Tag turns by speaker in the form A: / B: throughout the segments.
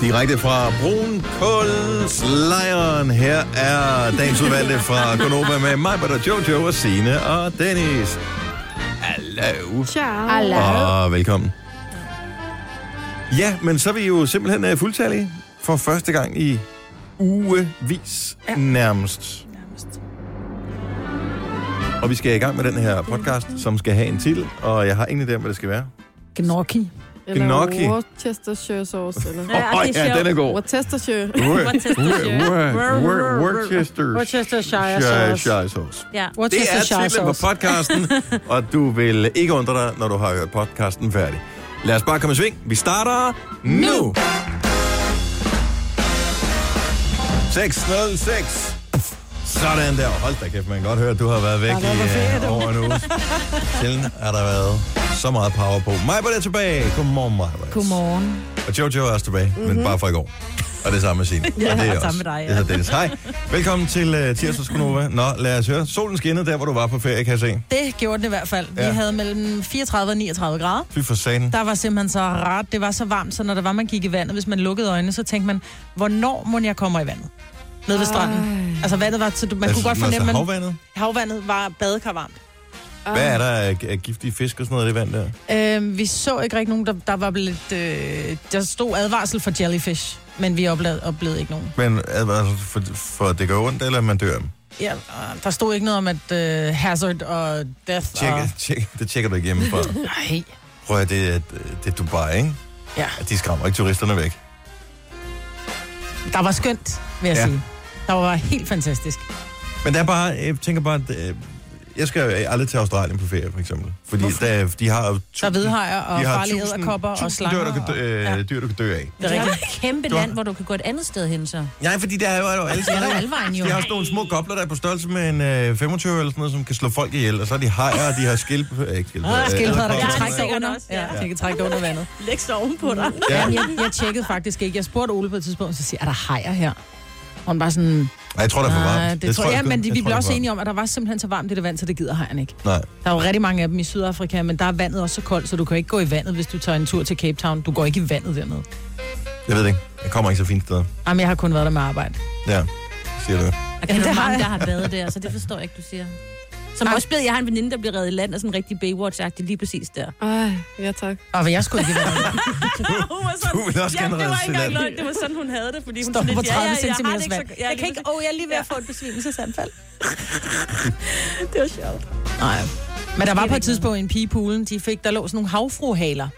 A: Direkte fra Brun Lejren. Her er dagens udvalgte fra Konoba med mig, og Jojo og Sine og Dennis. Hallo.
B: Ciao.
A: Og velkommen. Ja, men så er vi jo simpelthen øh, fuldtallige for første gang i ugevis ja. nærmest. Og vi skal i gang med den her podcast, som skal have en titel, og jeg har ingen idé om, hvad det skal være.
C: Gnocchi.
B: Eller
A: Gnocchi.
B: Worcestershire sauce. Eller
A: Åh, oh, ja, den er god.
B: Worcestershire.
C: Worcestershire
A: Worcestershire sauce.
D: Ja.
A: Det er
C: Worcestershire
A: titlen på
C: sauce.
A: podcasten, og du vil ikke undre dig, når du har hørt podcasten færdig. Lad os bare komme i sving. Vi starter nu! 6.06. Sådan der. Hold da kæft, man kan godt høre, at du har været væk
C: Har været på ferie,
A: i
C: du.
A: uh, over en uge. Sjældent har der været så meget power på. Majbert er tilbage. Godmorgen, Majbert.
C: Godmorgen.
A: Og Jojo er også tilbage, mm-hmm. men bare fra i går. Og det samme med Signe. ja, og det er også.
D: Mhm. samme med dig, ja.
A: Jeg hedder Dennis. Hej. Velkommen til uh, Tirsdags Gunova. Nå, lad os høre. Solen skinnede der, hvor du var på ferie, kan jeg se.
D: Det gjorde den i hvert fald. Ja.
A: Ja.
D: Vi havde mellem 34 og 39 grader.
A: Fy for satan.
D: Der var simpelthen så rart. Det var så varmt, så når der var, man gik i vandet, hvis man lukkede øjnene, så tænkte man, hvornår må jeg komme i vandet? Nede ved stranden.
B: Ej.
D: Altså vandet var, så du, man
A: Altså,
D: kunne godt fornemme,
A: Altså,
D: at man-
A: havvandet.
D: havvandet var badekarvarmt.
A: Hvad er der af, af giftige fisk og sådan noget i det vand der?
D: Øh, vi så ikke rigtig nogen, der, der var lidt... Øh, der stod advarsel for jellyfish, men vi oplevede, oplevede ikke nogen.
A: Men altså, for, for det går ondt, eller man dør?
D: Ja, øh, der stod ikke noget om, at øh, hazard og death
A: Tjek,
D: og...
A: tjek, det tjekker du ikke hjemmefra.
D: Nej.
A: Prøv at høre, det, er, det er Dubai, ikke?
D: Ja.
A: At De skræmmer ikke turisterne væk.
D: Der var skønt, vil jeg
A: Ja.
D: ja. sige. Der var helt fantastisk.
A: Men der er bare, jeg tænker bare, at, øh, jeg skal jo aldrig til Australien på ferie, for eksempel. Fordi der, de har jo
D: Der er
A: tusind-
D: vedhajer og
A: de har
D: farlige
A: tusind-
D: æderkopper og
A: tusind
D: slanger.
A: Dyr, du kan dø,
D: og-
A: øh,
D: Ja.
A: dyr, du kan dø af.
D: Det er rigtigt.
E: et kæmpe
A: Du har-
E: land, hvor du kan gå et andet sted hen, så.
A: Nej, fordi der er jo alle
D: Det er
A: sådan
D: der jo alvejen jo.
A: De har også nogle små gobler, der er på størrelse med en øh, 25 eller sådan noget, som kan slå folk ihjel. Og så er de hajer, og de har skilp... Øh, ikke skilp,
D: Ah, skildpadder, der
A: æderkopper.
D: kan
E: Ja,
D: trække dig
E: sikkert
D: under.
E: også, ja.
D: Ja, de kan trække dig under vandet.
E: Læg så ovenpå dig.
A: Ja.
D: Jamen, jeg, jeg tjekkede faktisk ikke. Jeg spurgte Ole på et tidspunkt, så siger jeg, er der hajer her? Og hun bare sådan,
A: Nej, jeg tror, det er for
D: nej,
A: varmt.
D: det, det tror jeg, ja,
A: sgu-
D: men de,
A: jeg
D: vi
A: tror,
D: blev
A: det er
D: også
A: for
D: enige om, at der var simpelthen så varmt i det vand, så det gider hejerne ikke.
A: varmt. Nej.
D: Der er jo rigtig mange af dem i Sydafrika, men der er vandet også så koldt, så du kan ikke gå i vandet, hvis du tager en tur til Cape Town. Du går ikke i vandet dernede.
A: Jeg ved det ikke. Jeg kommer ikke så fint sted.
D: Jamen, jeg har kun været der med arbejde.
A: Ja, siger du.
E: Jeg kender
D: det har
E: mange,
D: jeg.
E: der har været der, så det forstår jeg ikke, du siger. Som
D: Ej.
E: også blev, jeg har en veninde, der blev reddet i land af sådan en rigtig Baywatch-agtig lige præcis der.
B: Ej, ja tak.
D: Og hvad jeg skulle ikke i vandet.
E: hun var
A: Du vil også gerne redde til land.
E: Det var sådan, hun havde det, fordi
D: Står på 30 cm
E: har det ikke
D: vand.
E: så-
D: Jeg kan ikke, åh, jeg er lige ved at få et besvimelsesanfald.
E: Det var sjovt.
D: Nej. Men der var
E: Det er
D: på et
E: ikke
D: tidspunkt en pige i poolen, de fik, der lå sådan nogle havfruhaler,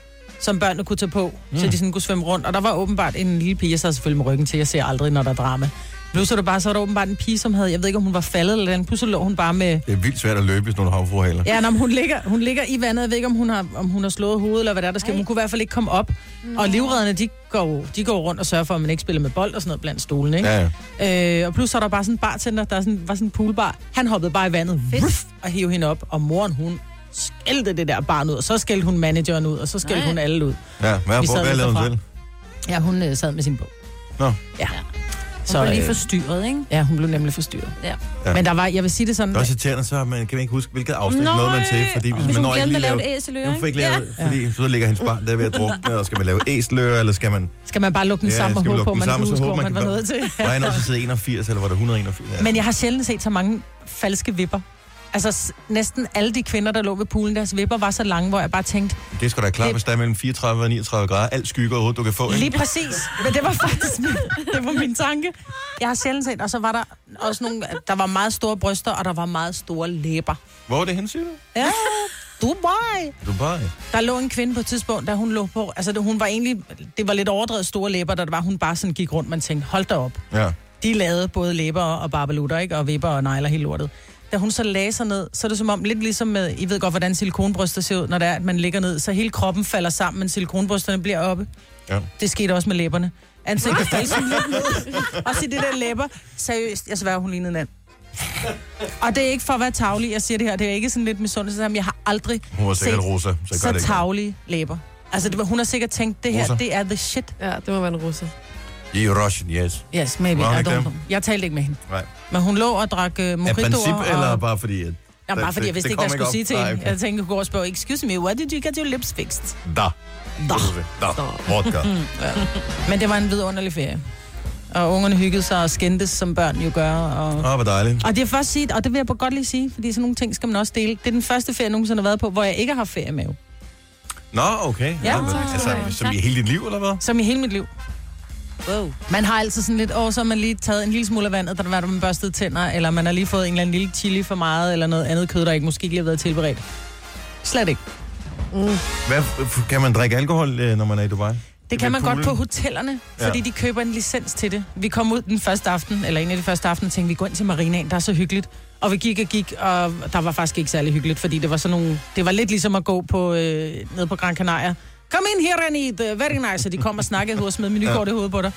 D: som børnene kunne tage på, mm. så de sådan kunne svømme rundt. Og der var åbenbart en lille pige, jeg sad selvfølgelig med ryggen til, jeg ser aldrig, når der er drama. Nu så det bare, så var der åbenbart en pige, som havde, jeg ved ikke, om hun var faldet eller den, pludselig lå hun bare med...
A: Det er vildt svært at løbe, hvis nogen har havfruhaler.
D: Ja, når hun ligger, hun ligger i vandet, jeg ved ikke, om hun har, om hun har slået hovedet, eller hvad der er, der sker. Hun kunne i hvert fald ikke komme op. Og livredderne, de går, jo- de går rundt og sørger for, at man ikke spiller med bold og sådan noget blandt stolene, ikke?
A: Ja, ja.
D: Øh, og plus så er der bare sådan en bartender, der er sådan, var sådan en poolbar. Han hoppede bare i vandet Ruff, og hiv hende op, og moren hun skældte det der barn ud, og så skældte hun manageren ud, og så skældte
E: Nej.
D: hun alle ud.
A: ja. Hvad,
D: Vi
A: hvor,
D: sad
A: hvad
D: lidt
A: lavede hun
D: derfra.
A: til?
D: Ja, hun øh, sad med sin bog.
A: Nå.
D: Ja.
E: Så
D: Så,
E: var lige
D: øh,
E: forstyrret, ikke?
D: ja, hun blev nemlig forstyrret.
E: Ja.
A: Ja.
D: Ja. Men der var, jeg vil sige det sådan,
A: Det er også irriterende, så man kan ikke huske, hvilket afsnit
E: Nøj!
A: nåede man til. Fordi hvis
E: Hvis
A: man
E: hun
A: når ikke
E: glemte
A: lige
E: at lave
A: lave...
E: et æseløre,
A: Jeg får ikke
E: Ja.
A: lavet, fordi så ligger hendes barn der er ved at drukne, og skal man lave æsløre, eller skal man...
D: skal man bare lukke den
A: Ja,
D: sammen og
A: skal man
D: håbe på,
A: lukke
D: at
A: den sammen,
D: man kan
A: så
D: huske,
A: håber
D: hvor man
A: man
D: var
A: kan
D: nået til.
A: Var han også siddet 81, eller var det 181? Ja.
D: Men jeg har sjældent set så mange falske vipper. Altså s- næsten alle de kvinder, der lå ved poolen, deres vipper var så lange, hvor jeg bare tænkte,
A: Det er sgu da klart, hvis der er mellem 34 og 39 grader. Alt skygge overhovedet, du kan få. Ikke?
D: Lige præcis. Men det var faktisk min, det var min tanke. Jeg har sjældent set, og så var der også nogle, der var meget store bryster, og der var meget store læber.
A: Hvor er det hen, siger du?
D: Ja, Dubai.
A: Dubai.
D: Der lå en kvinde på et tidspunkt, da hun lå på, altså det- hun var egentlig, det var lidt overdrevet store læber, da det var, hun bare sådan gik rundt, man tænkte, hold da op.
A: Ja.
D: De lavede både læber og barbelutter, ikke? Og vipper og negler helt lortet. Da hun så lagde sig ned, så er det som om, lidt ligesom med, I ved godt, hvordan silikonbryster ser ud, når det er, at man ligger ned, så hele kroppen falder sammen, men silikonbrysterne bliver oppe.
A: ja.
D: Det skete også med læberne. Ansigtet faldt sådan lidt ned. Også i det der læber. Seriøst, jeg sværger, hun lignede en and. Og det er ikke for at være tavlig, jeg siger det her. Det er ikke sådan lidt misundelse, men jeg har aldrig
A: Hun var sikkert
D: set
A: rosa, så jeg gør det
D: så
A: ikke.
D: tavlige læber. Altså, det var, hun har sikkert tænkt, det her,
A: Rosa.
D: det er the shit.
B: Ja, det må være en russer.
A: I Russian, yes.
D: Yes, maybe.
A: Var hun
D: I
A: ikke
D: don't
A: dem?
D: know. Jeg talte ikke med hende.
A: Nej.
D: Men hun lå og drak uh,
A: Af
D: mojitoer.
A: princip,
D: og...
A: eller bare fordi... At
D: Jamen, bare fordi jeg vidste
A: det
D: ikke, hvad jeg
A: kom
D: skulle sige til
A: op?
D: hende.
A: Nej,
D: Jeg tænkte, hun kunne gå og spørge, excuse me, why did you get your lips fixed?
A: Da. Nå, vodka.
D: Men det var en vidunderlig ferie. Og ungerne hyggede sig og skændtes, som børn jo gør. Og,
A: Åh, hvor dejligt.
D: og det er først sige, og det vil jeg godt lige sige, fordi sådan nogle ting skal man også dele. Det er den første ferie, jeg nogensinde har været på, hvor jeg ikke har haft ferie med.
A: Nå, okay.
D: Ja,
A: Nå, men
D: tak skal
A: altså,
D: du have.
A: som i hele dit liv, eller hvad?
D: Som i hele mit liv.
E: Wow.
D: Man har altid sådan lidt, åh, så har man lige taget en lille smule af vandet, da der var man børstede tænder, eller man har lige fået en eller anden lille chili for meget, eller noget andet kød, der ikke måske ikke lige har været tilberedt. Slet ikke.
B: Mm.
E: Mm.
A: Hvad, f- kan man drikke alkohol, øh, når man er i Dubai?
D: Det kan
A: Ved
D: man godt på
A: poolen?
D: hotellerne,
A: Ja.
D: fordi ja. de køber en licens til det. Vi kom ud den første aften, eller en af de første aften, og tænkte, vi går ind til marinaen, der er så hyggeligt. Og vi gik og gik, og der var faktisk ikke særlig hyggeligt, fordi det var sådan nogle... Det var lidt ligesom at gå på, øh, ned på Gran Canaria. Kom ind her, Renit, very nice. Og de kom og snakkede i hovedet og smed menukortet i hovedet på dig.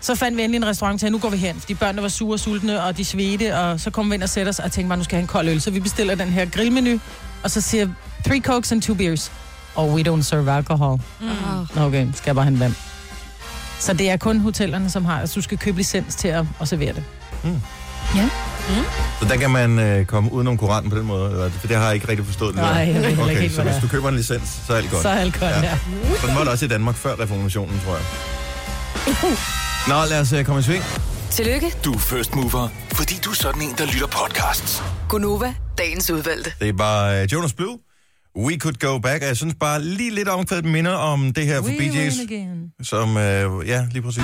D: Så fandt vi endelig en restaurant til, nu går vi hen, fordi børnene var sure og sultne, og de svedte, og så kom vi ind og satte os, og tænkte bare, nu skal jeg have en kold øl. Så vi bestiller den her grillmenu, og så siger three cokes and two beers. Og we don't serve alcohol.
E: Mm.
B: Ah,
D: Nå, Okay, skal jeg bare have en vand. Så det er kun hotellerne, som har, altså du skal købe licens til at, at servere det.
A: Så der kan man øh, komme udenom koranen på den måde, eller, for det har jeg ikke rigtig forstået. det der.
D: Nej, jeg ved heller ikke
A: Okay,
D: helt,
A: så
D: hvad det
A: hvis
D: er.
A: du køber en licens, så er alt godt.
D: Så er alkohol,
A: Ja.
D: ja. ja.
A: Sådan var det også i Danmark før reformationen, tror jeg. Nå, lad os øh, komme i sving.
F: Tillykke,
G: Du er first mover, fordi du er sådan en, der lytter podcasts.
F: Gunova, dagens udvalgte.
A: Det var øh, Jonas Blue. We could go back. Og Jeg synes bare lige lidt omkvædet minder om det her for
D: We win
A: BJ's,
D: again.
A: som... Øh, ja, lige præcis.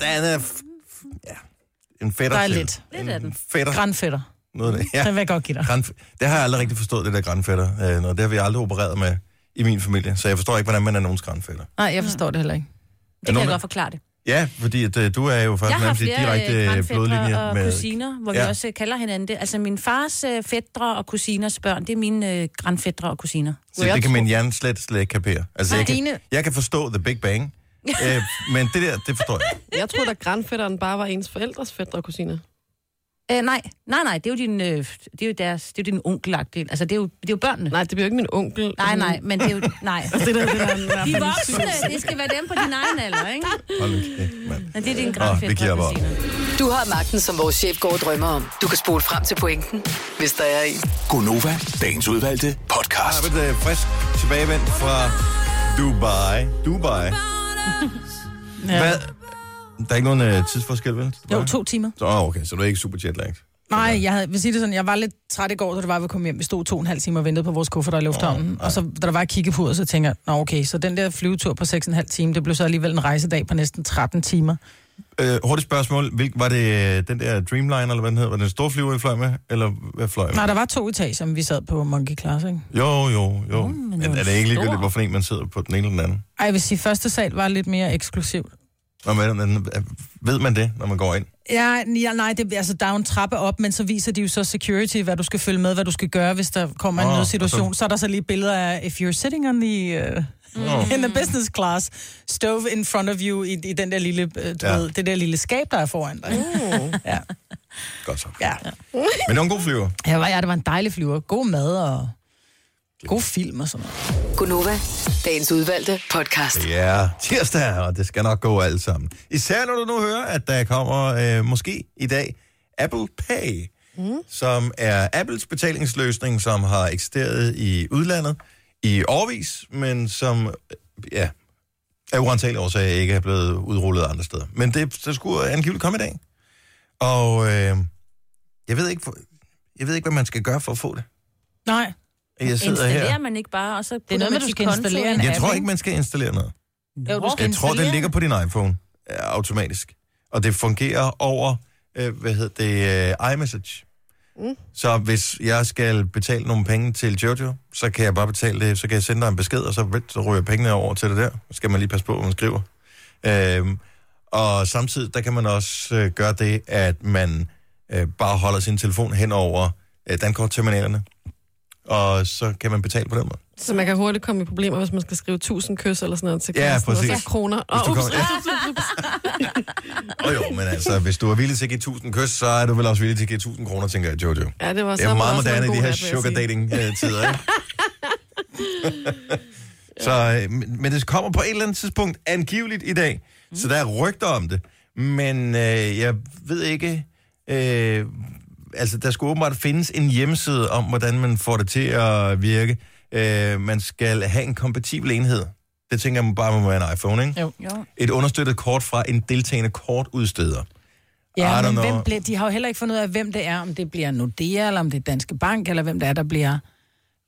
A: Den er... øh, f- f- Ja, en fætter
D: Der er
A: til.
D: lidt.
E: Lidt af den.
A: Fætter.
D: Grandfætter.
A: Noget af det. Ja.
D: Den vil jeg godt give dig.
A: Granf- det har jeg aldrig rigtig forstået, det der grænfætter. Øh, noget. det har vi aldrig opereret med i min familie, så jeg forstår ikke, hvordan man er nogens grænfætter.
D: Nej, jeg forstår det heller ikke.
E: Det kan
A: nogen
E: jeg
A: af-
E: godt forklare det.
A: Ja, fordi at, øh, du er jo
E: Jeg
A: faktisk
E: har
A: nærmest i
E: flere øh,
A: direkte øh, blodlinje
E: grandfædre og
A: med...
E: kusiner, hvor ja.
A: Ja.
E: vi også øh, kalder hinanden det. Altså min fars øh, fædre og kusiners børn, det er mine øh, grandfædre og kusiner.
A: Så det kan min hjerne slet, slet ikke kapere. Altså, jeg, kan,
D: Dine-
A: jeg kan forstå The Big Bang, øh, men det der, det forstår jeg. ikke.
B: jeg troede, at grandfætteren bare var ens forældres fætter og kusiner.
E: Æ, Øh, nej, nej, nej, det er jo din, øh, det er jo deres, det er jo din onkelagtige. Altså det er jo, det er jo børnene. Nej.
B: Nej, det bliver jo ikke min onkel.
E: nej, nej, men det er jo, nej.
B: Det der, det der, det der,
E: De er voksne, det skal være dem på din egen alder, ikke?
A: Hold nu kæft, mand.
E: Men det er din
A: vi giver
E: grandfædre
A: op.
E: og kusiner.
F: Du har magten, som vores chef går og drømmer om. Du kan spole frem til pointen, hvis der er en.
G: Gonova, dagens udvalgte podcast.
A: Har vi det frisk tilbagevendt fra Dubai. Dubai. Hvad? Der er ikke nogen øh, tidsforskel, vel?
D: Jo, to timer.
A: Så, oh, okay, så du er ikke super jetlagt.
D: Nej, jeg havde, vil sige det sådan, jeg var lidt træt i går, da det var, vi kom hjem. Vi stod to og en halv time og ventede på vores kuffert i lufthavnen. og så, da der var kigge på ud, så tænker jeg, nå okay, så den der flyvetur på 6,5 timer, det blev så alligevel en rejsedag på næsten 13 timer.
A: Øh, hurtigt spørgsmål. Hvil, var det øh, den der Dreamliner, eller hvad den hed? Var det en stor flyver, I fløj med? Eller hvad fløj I med?
D: Nej, der var to etager, men vi sad på Monkey Class, ikke?
A: Jo, jo, jo. Mm, men
E: det var
A: er det ikke ligegyldigt,
E: stor.
A: hvorfor en man sidder på den ene eller den anden?
D: Ej, jeg vil sige, første sal var lidt mere eksklusiv.
A: Nå, men, men, øh, ved man det, når man går ind?
D: Ja, ja nej, det, altså, der er jo en trappe op, men så viser de jo så security, hvad du skal følge med, hvad du skal gøre, hvis der kommer
A: Åh,
D: oh, en
A: og
D: nødsituation. Så... så er der så lige billeder af, if you're sitting on the, uh,
A: Mm.
D: mm. in the business class, stove in front of you i, i den der lille, uh, du
A: Ja.
D: ja. ved, det der lille skab, der er foran dig. Mm. Ja,
A: Godt så.
D: ja.
A: Men nogle gode flyver.
D: ja, var, ja, det var en dejlig flyver. God mad og god film og sådan noget.
F: Gunova, dagens udvalgte podcast.
A: Ja, tirsdag, og det skal nok gå alt sammen. Især når du nu hører, at der kommer øh, måske i dag Apple Pay, mm. som er Apples betalingsløsning, som har eksisteret i udlandet i årvis, men som øh, ja, af uantagelige årsager ikke er blevet udrullet andre steder. Men det, det skulle angiveligt komme i dag. Og øh, jeg, ved ikke, for- jeg ved ikke, hvad man skal gøre for at få det.
D: Nej,
A: Jeg sidder
E: Installerer
A: her.
E: man ikke bare, og så putter
D: noget med,
E: man
D: du
E: sit
D: skal
E: konto
D: installere
E: ind?
D: en
A: Jeg
D: app,
A: tror
D: ikke?
A: ikke, man skal installere noget.
D: jo, du skal
A: Jeg tror, det
D: installere.
A: ligger på din iPhone øh, automatisk. Og det fungerer over, øh, hvad hedder det, øh, iMessage. Mm. Så hvis jeg skal betale nogle penge til Jojo, så kan jeg bare betale det, så kan jeg sende dig en besked, og så, vip, så ryger pengene over til det der. Så skal man lige passe på, hvad man skriver. Øhm, og samtidig, der kan man også øh, gøre det, at man øh, bare holder sin telefon hen over øh, dankortterminalerne, og så kan man betale på den måde.
B: Så man kan hurtigt komme i problemer, hvis man skal skrive 1000 kys eller sådan noget til
A: Ja,
B: kæresten,
A: præcis.
B: Og så kroner.
A: Hvis
B: Og
A: du
B: ups,
A: kommer-
B: ups, ups, ups, ups.
A: Og jo, men altså, hvis du er villig til at give 1000 kys, så er du vel også villig til at give 1000 kroner, tænker jeg, Jojo.
B: Ja, det var
A: Det er jo meget
B: også en
A: moderne i de her
B: god app, vil jeg
A: sugar
B: sige.
A: dating-tider, ikke? så, øh, men men det kommer på et eller andet tidspunkt angiveligt i dag, mm. så der er rygter om det. Men øh, jeg ved ikke, øh, altså, der skulle åbenbart findes en hjemmeside om, hvordan man får det til at virke. Øh, man skal have en kompatibel enhed. Det tænker man bare, man må have en iPhone, ikke?
D: Jo.
E: jo.
A: Et understøttet kort fra en deltagende kortudsteder. I
D: Ja,
A: don't
D: men
A: know.
D: hvem bliver, de har jo heller ikke fundet ud af, hvem det er, om det bliver Nordea, eller om det er Danske Bank, eller hvem det er, der bliver,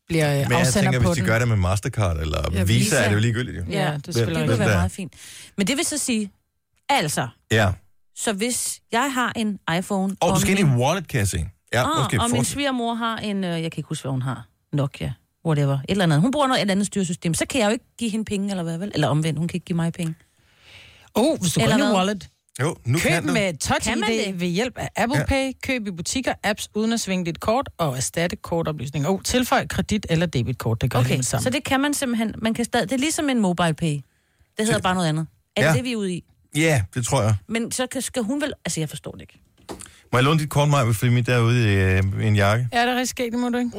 D: bliver øh,
A: Men jeg
D: afsender
A: tænker,
D: på
A: hvis de
D: den.
A: gør det med Mastercard eller
D: Ja,
A: ja, Visa,
D: Visa.
A: er det jo ligegyldigt. Jo.
E: Ja,
D: det
A: Hvem-
D: spiller
E: Det
A: hvem
E: kunne
A: der
E: være
A: er.
E: meget fint. Men det vil så sige, altså,
A: Ja.
E: så hvis jeg har en iPhone...
A: Og du skal ind
E: min-
A: i wallet, kan jeg se. Ja,
E: Ah,
A: okay,
E: og min
A: fortsæt.
E: svigermor har en, øh, jeg kan ikke huske, hvad hun har, Nokia, whatever, et eller andet. Hun bruger noget et andet styresystem, så kan jeg jo ikke give hende penge, eller hvad vel? Eller omvendt, hun kan ikke give mig penge.
D: Oh, hvis du går
E: Eller
D: ind i
E: hvad?
D: wallet.
A: Jo, nu
D: Køb
A: kan du.
D: med Touch
E: Kan man
D: ID
E: det?
D: ved hjælp af Apple
A: Ja.
D: ja. Pay. Køb i butikker, apps uden at svinge dit kort og erstatte kortoplysninger. Og oh, tilføj kredit eller debitkort. Det gør okay,
E: Okay,
D: det sammen.
E: så det kan man simpelthen, man kan stadig, det er ligesom en mobile pay. Det hedder bare noget andet. Er
A: Ja.
E: det det, vi er ude i?
A: Ja, det tror jeg.
E: Men så kan, skal hun vel, altså jeg forstår det ikke.
A: Må jeg låne dit kort, Maja, fordi mit derude i øh, en jakke?
D: Ja, det er rigtig skægt, det må du ikke.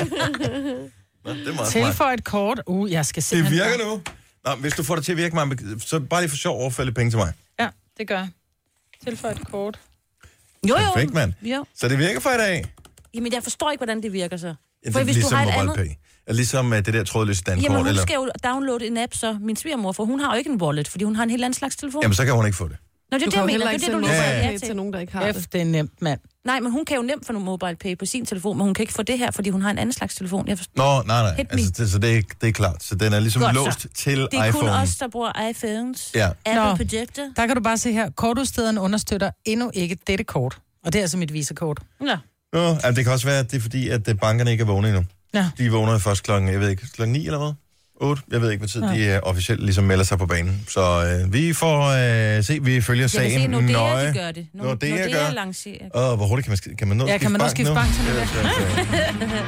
A: Nå, det er meget smart.
D: Tilføj et kort. Uh, jeg skal
A: Det
D: simpelthen...
A: virker nu. Nå, hvis du får det til at virke, Maja, så bare lige for sjov overfælde penge til mig.
D: Ja, det gør jeg. Tilføj et kort.
E: Jo, jo.
A: Perfekt, mand.
E: Jo.
A: Så det virker for i dag.
E: Jamen, jeg forstår ikke, hvordan det virker så.
A: Ja,
E: For
A: det er
E: hvis du
A: ligesom
E: har et
A: mobile
E: andet-
A: pay. Ja, ligesom øh, det der trådløse
E: Jamen,
A: dankort.
E: hun
A: Eller...
E: skal jo downloade en app, så min svigermor, for hun har jo ikke en wallet, fordi hun har en helt anden slags telefon.
A: Jamen, så kan hun ikke få det.
E: Nå, det
B: Du
E: er
B: kan
E: det, jeg
B: jo
E: mener.
B: heller
E: Det er
B: ikke øh,
E: det,
B: sende
E: du
A: mobile
E: ja, ja.
B: mobile
E: til.
B: til nogen, der ikke har
D: F,
B: det.
D: det er nemt, mand.
E: Nej, men hun kan jo nemt få nogle mobile pay på sin telefon, men hun kan ikke få det her, fordi hun har en anden slags telefon. Jeg forstår.
A: Nå, nej, nej.
E: Hit me.
A: Altså, det, så det, er- det er klart. Så den er ligesom
E: Godt så.
A: låst til
E: Det er
A: iPhone.
E: kun os, der bruger iPhones,
A: Ja.
E: Apple
D: Nå.
E: Projector.
D: Der kan du bare se her. Kortudstederen understøtter endnu ikke dette kort. Og det er altså mit visakort.
E: Nå.
A: Nå, altså, det kan også være, at det er fordi, at øh, bankerne ikke er vågne endnu.
D: Ja.
A: De vågner jo først klokken, jeg ved ikke, klokken 9 eller hvad? 8? Jeg ved ikke, hvad tid ja. de uh, officielt ligesom melder sig på banen. Så øh, vi får øh, se, vi følger
E: Jeg kan
A: sagen
E: se, Nordea,
A: nøje.
E: de gør det. Nord-
A: Nordea
E: Nordea,
A: gør.
E: Nordea lancerer.
A: Åh, hvor hurtigt kan man, sk- kan man nå at
D: Ja, kan man nå at skifte bank til
A: Det er svært.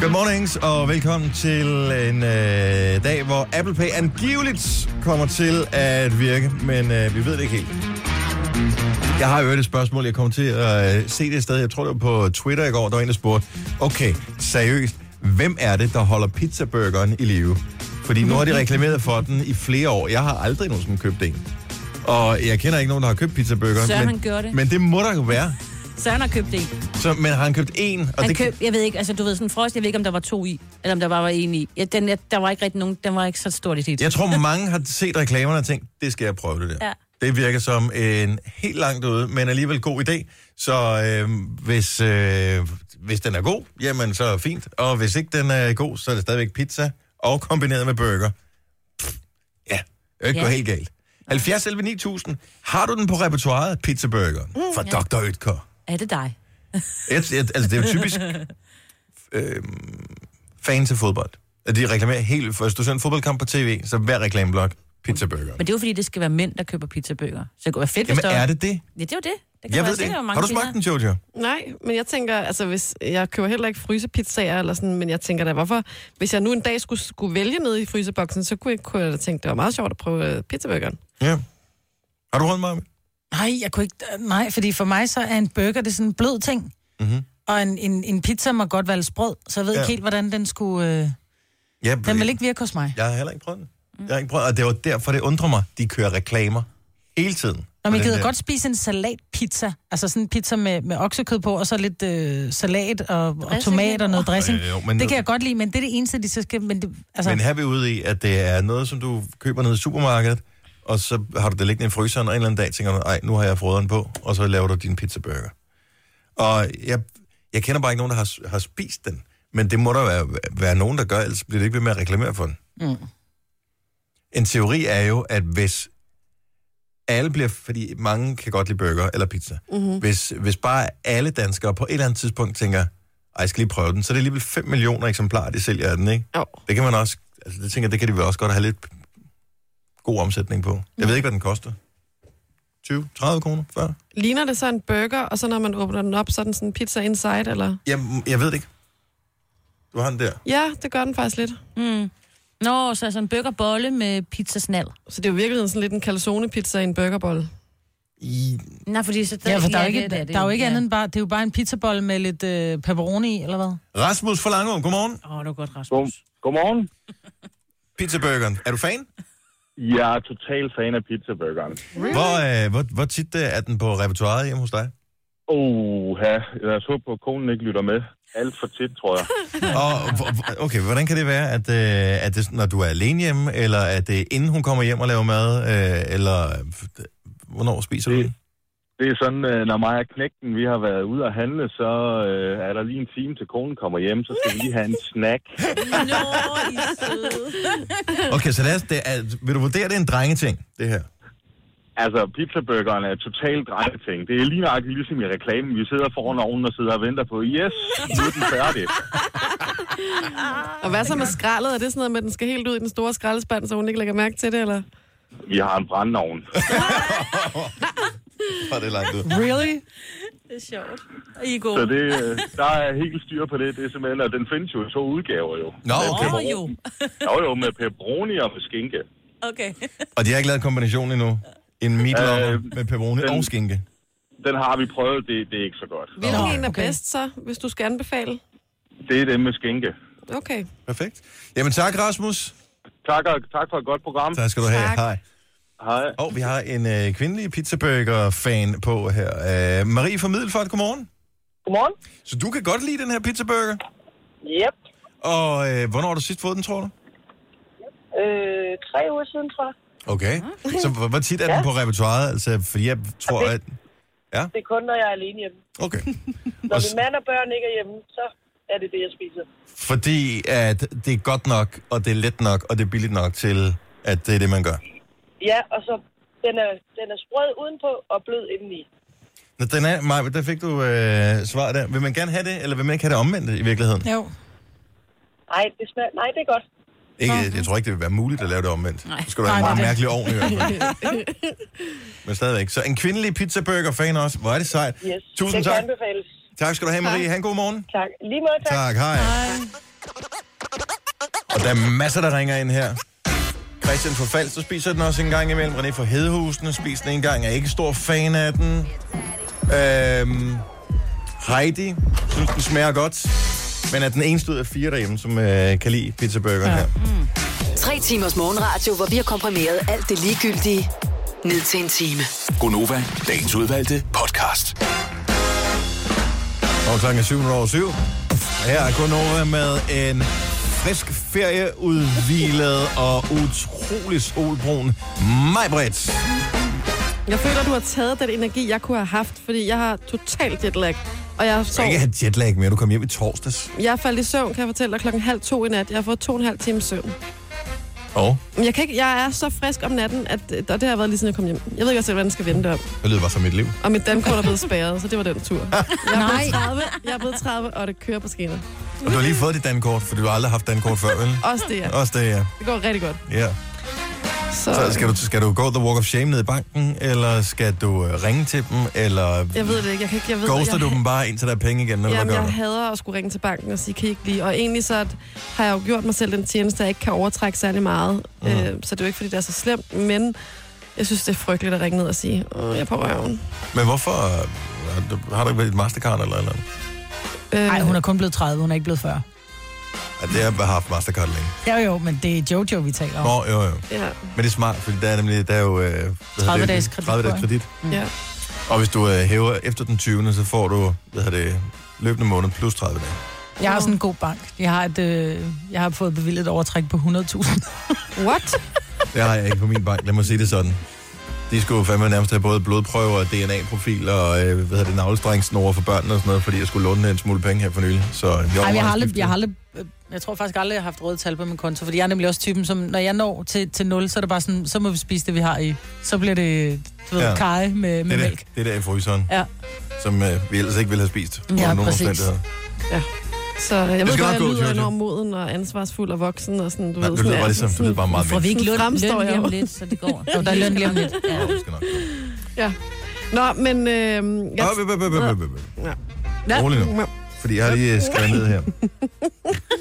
A: Good mornings, og velkommen til en øh, dag, hvor Apple Pay angiveligt kommer til at virke, men øh, vi ved det ikke helt. Jeg har jo et spørgsmål, jeg kommer til at øh, se det et sted. Jeg tror, det var på Twitter i går, der var en, der spurgte, okay, seriøst, hvem er det, der holder pizzaburgeren i live? Fordi nu har de reklameret for den i flere år. Jeg har aldrig nogensinde købt en. Og jeg kender ikke nogen, der har købt pizzaburgeren.
E: Søren,
A: men,
E: han gjorde det.
A: Men det må der jo være.
E: Søren har købt en.
A: Så, men har han købt en? Og
E: Han
A: det,
E: køb, jeg ved ikke, altså du ved, sådan en frost, jeg ved ikke, om der var to i, eller om der bare var en i. Ja, den, jeg, der var ikke rigtig nogen, den var ikke så stort i dit.
A: Jeg tror, mange har set reklamerne og tænkt, det skal jeg prøve det der.
E: Ja.
A: Det virker som en helt langt ude, men alligevel god idé. Så øh, hvis, øh, hvis den er god, jamen så er det fint. Og hvis ikke den er god, så er det stadigvæk pizza og kombineret med burger. Pff, Ja, det er ikke
E: Ja.
A: ja. helt galt. 70 11 9000. Har du den på repertoireet? Pizzaburgeren mm, fra ja. Dr. Oetker.
E: Er det dig?
A: Et, et, altså, det er jo typisk øh, fan til fodbold. At de reklamerer helt... Hvis du ser en fodboldkamp på tv, så hver reklameblok, pizzaburger.
E: Men det er jo fordi, det skal være mænd, der køber pizzabøger. Så det kunne være fedt, hvis
A: Jamen,
E: der var-
A: er det det?
E: Ja, det er jo det. Der kan
A: Jeg
E: være
A: ved det
E: sikkert
A: ikke.
E: være mange
A: Har du smagt den,
E: kvinder.
A: Jojo?
B: Nej, men jeg tænker, altså hvis, jeg køber heller ikke frysepizzaer eller sådan, men jeg tænker da, hvorfor, hvis jeg nu en dag skulle, skulle vælge noget i fryseboksen, så kunne jeg, kunne jeg da tænke, det var meget sjovt at prøve øh, pizzaburgeren.
A: Ja. Har du rundt mig?
D: Nej, jeg kunne ikke... Nej, fordi for mig så er en burger, det er sådan en blød ting. Mm-hmm. Og en, en, en pizza må godt være lidt sprød, så jeg
A: Mhm.
D: ved
A: Ja.
D: ja. ikke helt, hvordan den skulle... Øh,
A: Ja,
D: den vil ikke virke hos mig.
A: Jeg har heller ikke prøvet den. Jeg har ikke prøvet, og det var derfor, det undrer mig. De kører reklamer hele tiden.
D: Nå,
A: på
D: men jeg
A: den
D: gider
A: der.
D: godt spise en salatpizza. Altså sådan en pizza med, med oksekød på, og så lidt øh, salat og, og tomat og noget dressing.
A: Øh, jo, men-
D: det kan jeg godt lide, men det er det eneste, de så skal... Men det, altså,
A: Men her er vi ude i, at det er noget, som du køber nede i supermarkedet, og så har du det liggende i fryseren, og en eller anden dag tænker du, nej, nu har jeg frøderen på, og så laver du din pizzaburger. Og jeg, jeg kender bare ikke nogen, der har, har spist den. Men det må der være, være nogen, der gør, ellers bliver det ikke ved med at reklamere for den. Mm. En teori er jo, at hvis alle bliver, fordi mange kan godt lide burger eller pizza, mm-hmm. hvis, hvis bare alle danskere på et eller andet tidspunkt tænker, ej, jeg skal lige prøve den, så er det alligevel 5 millioner eksemplarer, de sælger af den, ikke?
B: Jo.
A: Det kan man også, altså det tænker jeg, det kan de vel også godt have lidt god omsætning på. Jeg ved ikke, hvad den koster. 20, 30 kroner, 40?
B: Ligner det så en burger, og så når man åbner den op, så er den sådan pizza inside, eller?
A: Jeg, jeg ved det ikke. Du har den der.
B: Ja, det gør den faktisk lidt.
E: Nå, så altså en burgerbolle med pizzasnald.
B: Så det er jo i virkeligheden sådan lidt en calzone-pizza i en burgerbolle.
A: I,
E: Nej, fordi så...
D: Ja, for der er jo ikke,
E: det det
D: der er jo ikke
E: ja.
D: andet end bare, det er jo bare en pizzabolle med lidt øh, pepperoni i, eller hvad?
A: Rasmus for Langum, godmorgen.
E: Åh, oh, det var godt, Rasmus.
H: God, godmorgen.
A: Pizzaburgeren, er du fan?
H: Jeg er total fan af pizzaburgeren.
A: Hvor, øh, hvor, hvor tit øh, er den på repertoireet hjemme hos dig?
H: Oh, ja. Lad os håbe på, at konen ikke lytter med. Alt for tit, tror jeg.
A: Og, h- h- okay, hvordan kan det være, at, øh, at det, når du er alene hjemme, eller at det er inden hun kommer hjem og laver mad, øh, eller øh, hvornår spiser du? den?
H: Det er sådan, øh, når mig og knægten, vi har været ude at handle, så øh, er der lige en time til konen kommer hjem, så skal vi lige have en snack.
D: Nå, I er søde.
A: Okay, så lad os, det er, vil du vurdere, det er en drengeting, det her?
H: Altså, pizzaburgeren er totalt drengeting. Det er lige nøjagtigt ligesom i reklamen. Vi sidder foran ovnen og sidder og venter på, yes, nu er den færdig.
B: Og hvad så med skraldet? Er Ah, det sådan noget med, at den skal helt ud i den store skraldespand, så hun ikke lægger mærke til det, eller?
H: Vi har en brændeovn.
A: Og det er langt ud.
D: Really?
E: Det er sjovt. I er
H: Så
E: gode.
H: det, øh, der er helt styr på det. Det er simpelthen, og den findes jo i to udgaver jo.
A: Nå, okay.
E: Åh, jo.
H: Jo jo, med pepperoni og med skinke.
E: Okay.
A: Og de har ikke lavet kombinationen endnu? En meatloaf
H: Øh,
A: med pepperoni
H: den-
A: og skinke?
H: Den har vi prøvet, det, det er ikke så godt.
B: Hvilken
A: Nå,
B: en er
D: okay.
B: bedst så, hvis du skal anbefale?
H: Det er det med skinke.
B: Okay.
A: Perfekt. Jamen tak, Rasmus.
H: Tak, og, tak for et godt program.
A: Tak skal du have.
B: Tak.
A: Hej.
H: Hej.
A: Og vi har en øh, kvindelig pizzaburger-fan på her. Øh, Marie fra Middelfart, godmorgen.
I: Godmorgen.
A: Så du kan godt lide den her pizzaburger?
I: Yep.
A: Og øh, hvornår har du sidst fået den, tror du?
I: Øh, tre uger siden, tror jeg.
A: Okay. Så hvor, hvor tit er den på repertoireet? Altså, fordi jeg tror, at...
I: Det er kun, når jeg er alene hjemme.
A: Okay.
I: Når
A: Og s-
I: min mand og børn ikke er hjemme, så er det det, jeg spiser.
A: Fordi at det er godt nok, og det er let nok, og det er billigt nok til, at det er det, man gør.
I: Ja, og så den er, den er sprød udenpå og blød indeni.
A: Nå, den er, Maja, der fik du øh, svar der. Vil man gerne have det, eller vil man ikke have det omvendt i virkeligheden?
D: Jo.
I: Nej, det smager... Nej, det er godt.
A: Ikke, jeg tror ikke, det vil være muligt at lave det omvendt. Nej. Så skal du have
D: Nej,
A: en
D: det er
A: meget mærkelig
D: det.
A: ovn i hvert fald. Men stadigvæk. Så en kvindelig pizzaburger-fan også. Hvor er det sejt.
I: Yes.
A: Tusind
I: det
A: tak.
I: kan anbefales.
A: Tak skal du have, Marie. Ha' en god morgen.
I: Tak. Lige måde, tak.
A: Tak, hej. hej. Og der er masser, der ringer ind her. Christian fra Falster spiser den også en gang imellem. René fra Hedehusene spiser den en gang. Er ikke stor fan af den. Øhm, Heidi synes, den smager godt. Men er den eneste ud af fire derhjemme, som øh, kan lide pizzaburgeren ja. her.
F: Tre timers morgenradio, hvor vi har komprimeret alt det ligegyldige ned til en time.
G: Gonova, dagens udvalgte podcast.
A: Og klokken er 7 over 7. Her er kun over med en frisk ferie, udvilet og utrolig solbrun. Majbredt.
B: Jeg føler, du har taget den energi, jeg kunne have haft, fordi jeg har totalt jetlag. Og jeg
A: Du
B: sov.
A: kan ikke have jetlag mere. Du kom hjem i torsdags.
B: Jeg faldt i søvn, kan jeg fortælle dig, klokken halv to i nat. Jeg har fået to og en halv time søvn.
A: Og
B: Men jeg, kan ikke, jeg er så frisk om natten, at, øh, og det har været lige siden jeg kom hjem. Jeg ved ikke også, hvordan jeg skal vende det om.
A: det lyder bare som mit liv.
B: Og mit dankort er blevet spærret, så det var den tur. Jeg er
D: Nej.
B: blevet 30, jeg er blevet 30 og det kører på skinner.
A: Og du har lige fået dit dankort, for du har aldrig haft dankort før, vel?
B: Også det, ja.
A: Også det, ja.
B: Det går rigtig godt.
A: ja.
B: Så,
A: Så skal du, skal du gå the walk of shame ned i banken, eller skal du øh, ringe til dem, eller
B: Jeg ved det ikke. Jeg kan ikke jeg ved,
A: ghoster
B: jeg,
A: du dem bare, indtil der er penge igen, eller
B: Jamen,
A: hvad gør du?
B: jeg hader at skulle ringe til banken og sige, kan I ikke lige? Og egentlig så at, har jeg jo gjort mig selv den tjeneste, at jeg ikke kan overtrække særlig meget.
A: Mhm.
B: Mm. Øh, så det er jo ikke, fordi det er så slemt, men jeg synes, det er frygteligt at ringe ned og sige, Åh, jeg er på røven.
A: Men hvorfor? øh, har du- Har du ikke været et mastercard eller et eller andet?
B: Øh,
D: Nej, hun er kun blevet 30, hun er ikke blevet 40.
A: Ja, det har jeg haft mastercard længe.
D: Jo, jo, men det er Jojo, vi taler om.
A: Nå, jo, jo.
B: Ja,
A: Men det er smart, fordi der er nemlig der er jo... Øh, hvad hedder det?
D: 30 dages kredit,
A: 30
D: tror
A: dages
D: jeg.
A: kredit.
B: ja.
A: Og hvis du øh, hæver efter den 20. så får du, hvad hedder det, løbende måned plus 30 dage.
D: Jeg har sådan en god bank. Jeg har, et, øh, jeg har fået bevillet et overtræk på 100.000.
B: What?
A: Det har jeg ikke på min bank, lad mig sige det sådan. De skulle fandme nærmest have både blodprøver, DNA-profil og øh, hvad hedder det, navlestrengsnore for børnene og sådan noget, fordi jeg skulle låne en smule penge her for nylig. Så øh, jeg,
D: Nej, jeg
A: overvejer
D: har
A: at
D: aldrig,
A: skifte.
D: jeg har aldrig, øh, jeg tror faktisk aldrig, jeg har haft røde tal på min konto, fordi jeg er nemlig også typen, som når jeg når til, til 0, så er det bare sådan, så må vi spise det, vi har i. Så bliver det, du ved,
A: Ja.
D: ja. kage med, med
A: det, er
D: mælk.
A: der, det er der i fryseren,
D: Ja.
A: som øh, vi ellers ikke ville have spist. under
D: Ja,
A: nogen
D: præcis.
A: omstændigheder.
B: Så
A: skal
B: jeg ved godt,
A: nok
B: jeg
A: gå,
B: lyder
A: Jojo.
B: enormt moden og ansvarsfuld og voksen og sådan, du
A: Nej,
B: ved.
A: du lyder bare
B: sådan, ja.
A: ligesom, du lyder bare meget
E: Får vi ikke løn,
B: Fremstår
E: løn
B: jeg
E: lige om
B: jo.
E: lidt, så det går.
D: Jo, der er løn lige om lidt.
E: Ja.
A: Ja, vi skal nok.
B: Nå, men... Øh, jeg...
A: Åh, bøh, bøh, bøh, bøh, bøh, bøh.
B: Ja.
A: Rolig nu. Fordi jeg har lige øh, skrevet ned her.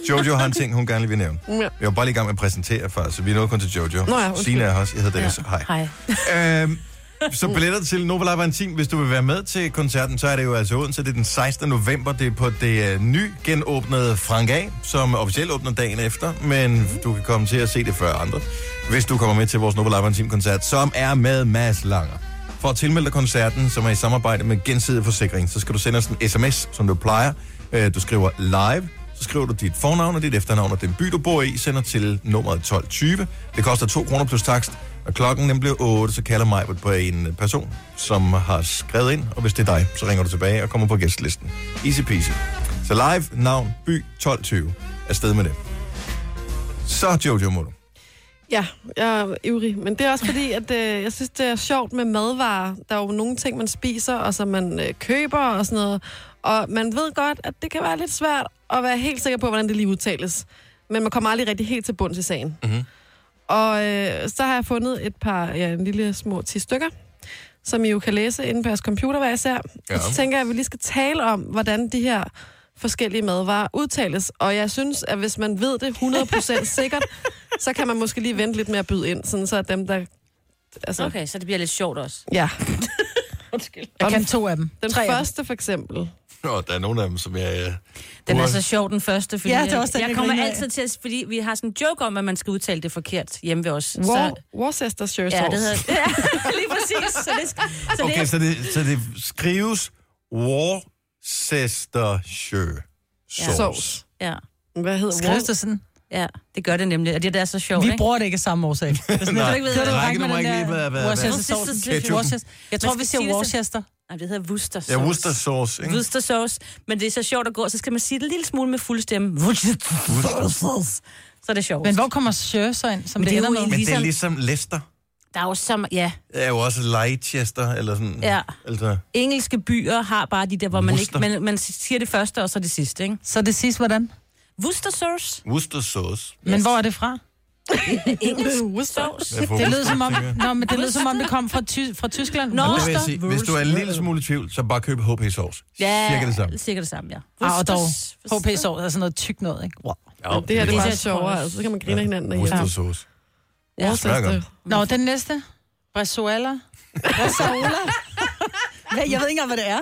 A: Jojo har en ting, hun gerne lige vil nævne.
B: Ja.
A: Jeg var bare lige i gang med at præsentere før, så vi er nået kun til Jojo.
B: Nå ja, undskyld.
A: Signe er her også. Jeg hedder Dennis. Hej.
E: Hej.
A: Øhm, så billetter til Nova Live Antim, hvis du vil være med til koncerten, så er det jo altså Odense. Det er den 16. november. Det er på det øh, ny genåbnede Frank A, som officielt åbner dagen efter, men du kan komme til at se det før andre, hvis du kommer med til vores Nova Live Antim koncert, som er med Mads Langer. For at tilmelde dig koncerten, som er i samarbejde med Gensidig Forsikring, så skal du sende os en sms, som du plejer. Øh, Du skriver live, så skriver du dit fornavn og dit efternavn, og den by, du bor i, sender til nummeret 1220. Det koster 2 kroner plus takst, og klokken den bliver 8, så kalder mig på en person, som har skrevet ind, og hvis det er dig, så ringer du tilbage og kommer på gæstlisten. Easy peasy. Så live, navn, by, 1220. Afsted med det. Så Jojo Molo.
B: Ja, jeg er ivrig. Men det er også fordi, at øh, jeg synes, det er sjovt med madvarer. Der er jo nogle ting, man spiser, og som man øh, køber og sådan noget. Og man ved godt, at det kan være lidt svært at være helt sikker på, hvordan det lige udtales. Men man kommer aldrig rigtig helt til bunds i sagen.
A: Mm-hmm.
B: Og øh, så har jeg fundet et par ja, en lille små 10 stykker, som I jo kan læse inde på jeres computer, hvad jeg ser. Ja. Og så tænker jeg, at vi lige skal tale om, hvordan de her forskellige madvarer udtales. Og jeg synes, at hvis man ved det 100% sikkert, så kan man måske lige vente lidt med at byde ind, sådan så at dem, der... Altså,
E: Okay, så det bliver lidt sjovt også.
B: Ja.
D: Jeg kan to af dem.
B: Den
D: Tre af dem.
B: første for eksempel.
A: Nå, der er nogle af dem, som jeg... Øh,
E: Den er
A: burde-
E: så sjov, den første, fordi
C: Ja, det er også den,
E: jeg
C: jeg
E: kommer
C: griner af.
E: altid til at... Fordi vi har sådan en joke om, at man skal udtale det forkert hjemme ved os.
B: War,
E: Så,
B: Worcestershire sauce.
E: ja, det hedder... Ja, lige præcis. Så det, skal, så
A: Okay,
E: det,
A: så det, så det skrives Worcestershire sauce.
B: Sauce.
E: ja,
B: Hvad hedder
D: Skrives det sådan?
E: ja, det gør det nemlig. Og det er, der er så sjovt,
D: Vi
E: ikke?
D: bruger det ikke af samme årsag.
A: Nej,
E: Altså, ikke ved, hvad det
A: Rikke,
E: er.
A: du må ikke lige være- være-
D: Worcester
E: være-
D: sauce.
E: Ketchup.
D: Worcester. Jeg tror,
E: Man
D: vi
E: skal sige
D: siger
E: det
D: Worcester.
E: Nej, det hedder Worcester sauce.
A: Ja, Worcester sauce, ikke?
E: Worcester sauce. Men det er så sjovt at gå, så skal man sige det en lille smule med fuld stemme. Worcester sauce. Så er det sjovt.
D: Men hvor kommer Sir så ind, som
E: Men
D: det,
E: det er
D: ender
E: jo
D: med?
A: Men det er
E: Ligesom-
A: ligesom Leicester.
E: Der er jo så... Ja,
A: Det er jo også Leicester, eller sådan.
E: Ja.
A: Altså,
E: engelske byer har bare de der, hvor man ikke...
A: Worcester.
E: Man, man siger det første, og så det sidste, ikke?
D: Så det sidste, hvordan?
E: Worcester sauce.
A: Worcester sauce.
D: Men hvor er det fra?
E: Engelsk sauce.
A: Med fokus
D: Det lød
A: på,
D: som om,
A: tænker jeg.
D: nå, men det lød som om, det kom fra, ty- fra Tyskland.
E: Nå.
A: Det vil jeg sige, hvis du er en lille smule i tvivl, så bare køb HP sauce.
E: Ja,
A: Cirka det samme.
E: Cirka det samme, ja.
D: Ah, og dog,
E: Worcester-
D: hp sovs er altså sådan noget tyk noget, ikke? Wow.
A: Ja,
B: Det her det er
E: Worcestershire
B: bare sjovere,
E: sauce.
B: altså, så kan man grine af hinanden derhjemme.
A: Worcester sauce.
E: Ja.
A: Snakker.
D: Nå, den næste. Bresaola. Bresaola. Hvad? Jeg ved ikke engang, hvad det er.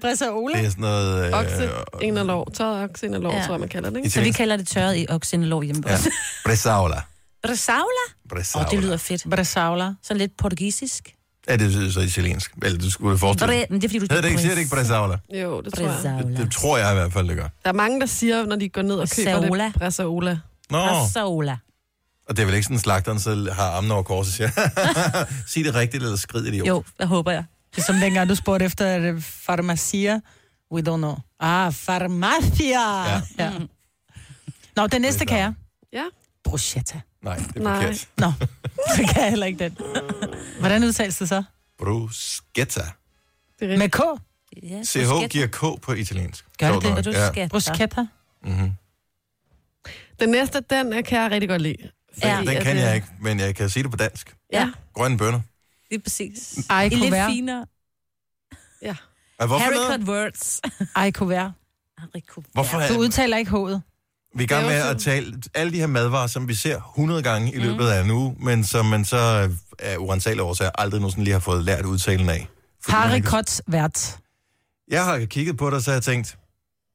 D: Bresaola.
A: Det er sådan noget... Øh,
B: Okse, en og lov. Tørret okse, en og lov,
E: Ja.
B: tror jeg, man kalder det, ikke?
E: Så vi
A: italiensk.
E: kalder det tørret i oksendelov hjemme på
A: Ja.
E: os.
A: Bresaola.
E: Bresaula? Åh,
A: Bresaola.
E: det lyder fedt.
D: Bresaola.
E: Sådan lidt portugisisk.
A: Ja, det lyder så italiensk. Eller du skulle forestille dig.
E: Bre- men det er fordi, du
A: Hedder det ikke, siger det ikke Bresaola?
B: Jo, det tror jeg.
A: Det,
E: Bresaula.
A: det tror jeg i hvert fald, det gør.
B: Der er mange, der siger, når de går ned og køber
E: Saola.
B: det, Brassaola.
A: Nå.
E: Bresaula.
A: Og det er vel ikke sådan, at slagteren så har armen over korset og siger, sig det rigtigt, eller skrid idiot.
E: Jo, hvad håber jeg?
D: Det er som dengang, du spurgte efter øh, farmacia. We don't know. Ah, farmacia.
A: Ja.
D: Ja. ja. Nå, den næste kan jeg.
B: Ja,
D: Bruschetta.
A: Nej, det er
B: Nej.
A: forkert.
D: Nå, så kan jeg heller ikke den. Hvordan udtales det så?
A: Bruschetta.
B: det er
D: Med
B: rigtigt.
D: K?
E: Ja,
A: CH giver K på italiensk.
D: Gør det
A: Sjovt nok,
D: det?
A: Mhm.
E: Du
A: ja.
E: skal.
D: Bruschetta.
B: Den næste, den øh, kan jeg rigtig godt lide.
E: Ja.
A: Den, den kan jeg ikke, men jeg kan sige det på dansk.
E: Ja,
A: Grønne bønner.
E: lige præcis.
D: Ej,
E: I er lidt
D: kuvert.
E: finere.
B: Ja.
A: Ej, hvorfor,
E: Haricot
A: noget?
E: words.
D: Ej, kuvert.
E: Haricot.
A: hvorfor
D: Du
A: er,
D: udtaler ikke H'et.
A: vi er i gang med
B: Det er jo
A: at tale alle de her madvarer, som vi ser 100 gange
D: Mhm.
A: i løbet af en uge, men som man så øh, af urensagelige årsager aldrig nogensinde lige har fået lært udtalen af. Fordi man ikke-
D: Haricots vært.
A: Jeg har kigget på dig, så har jeg tænkt,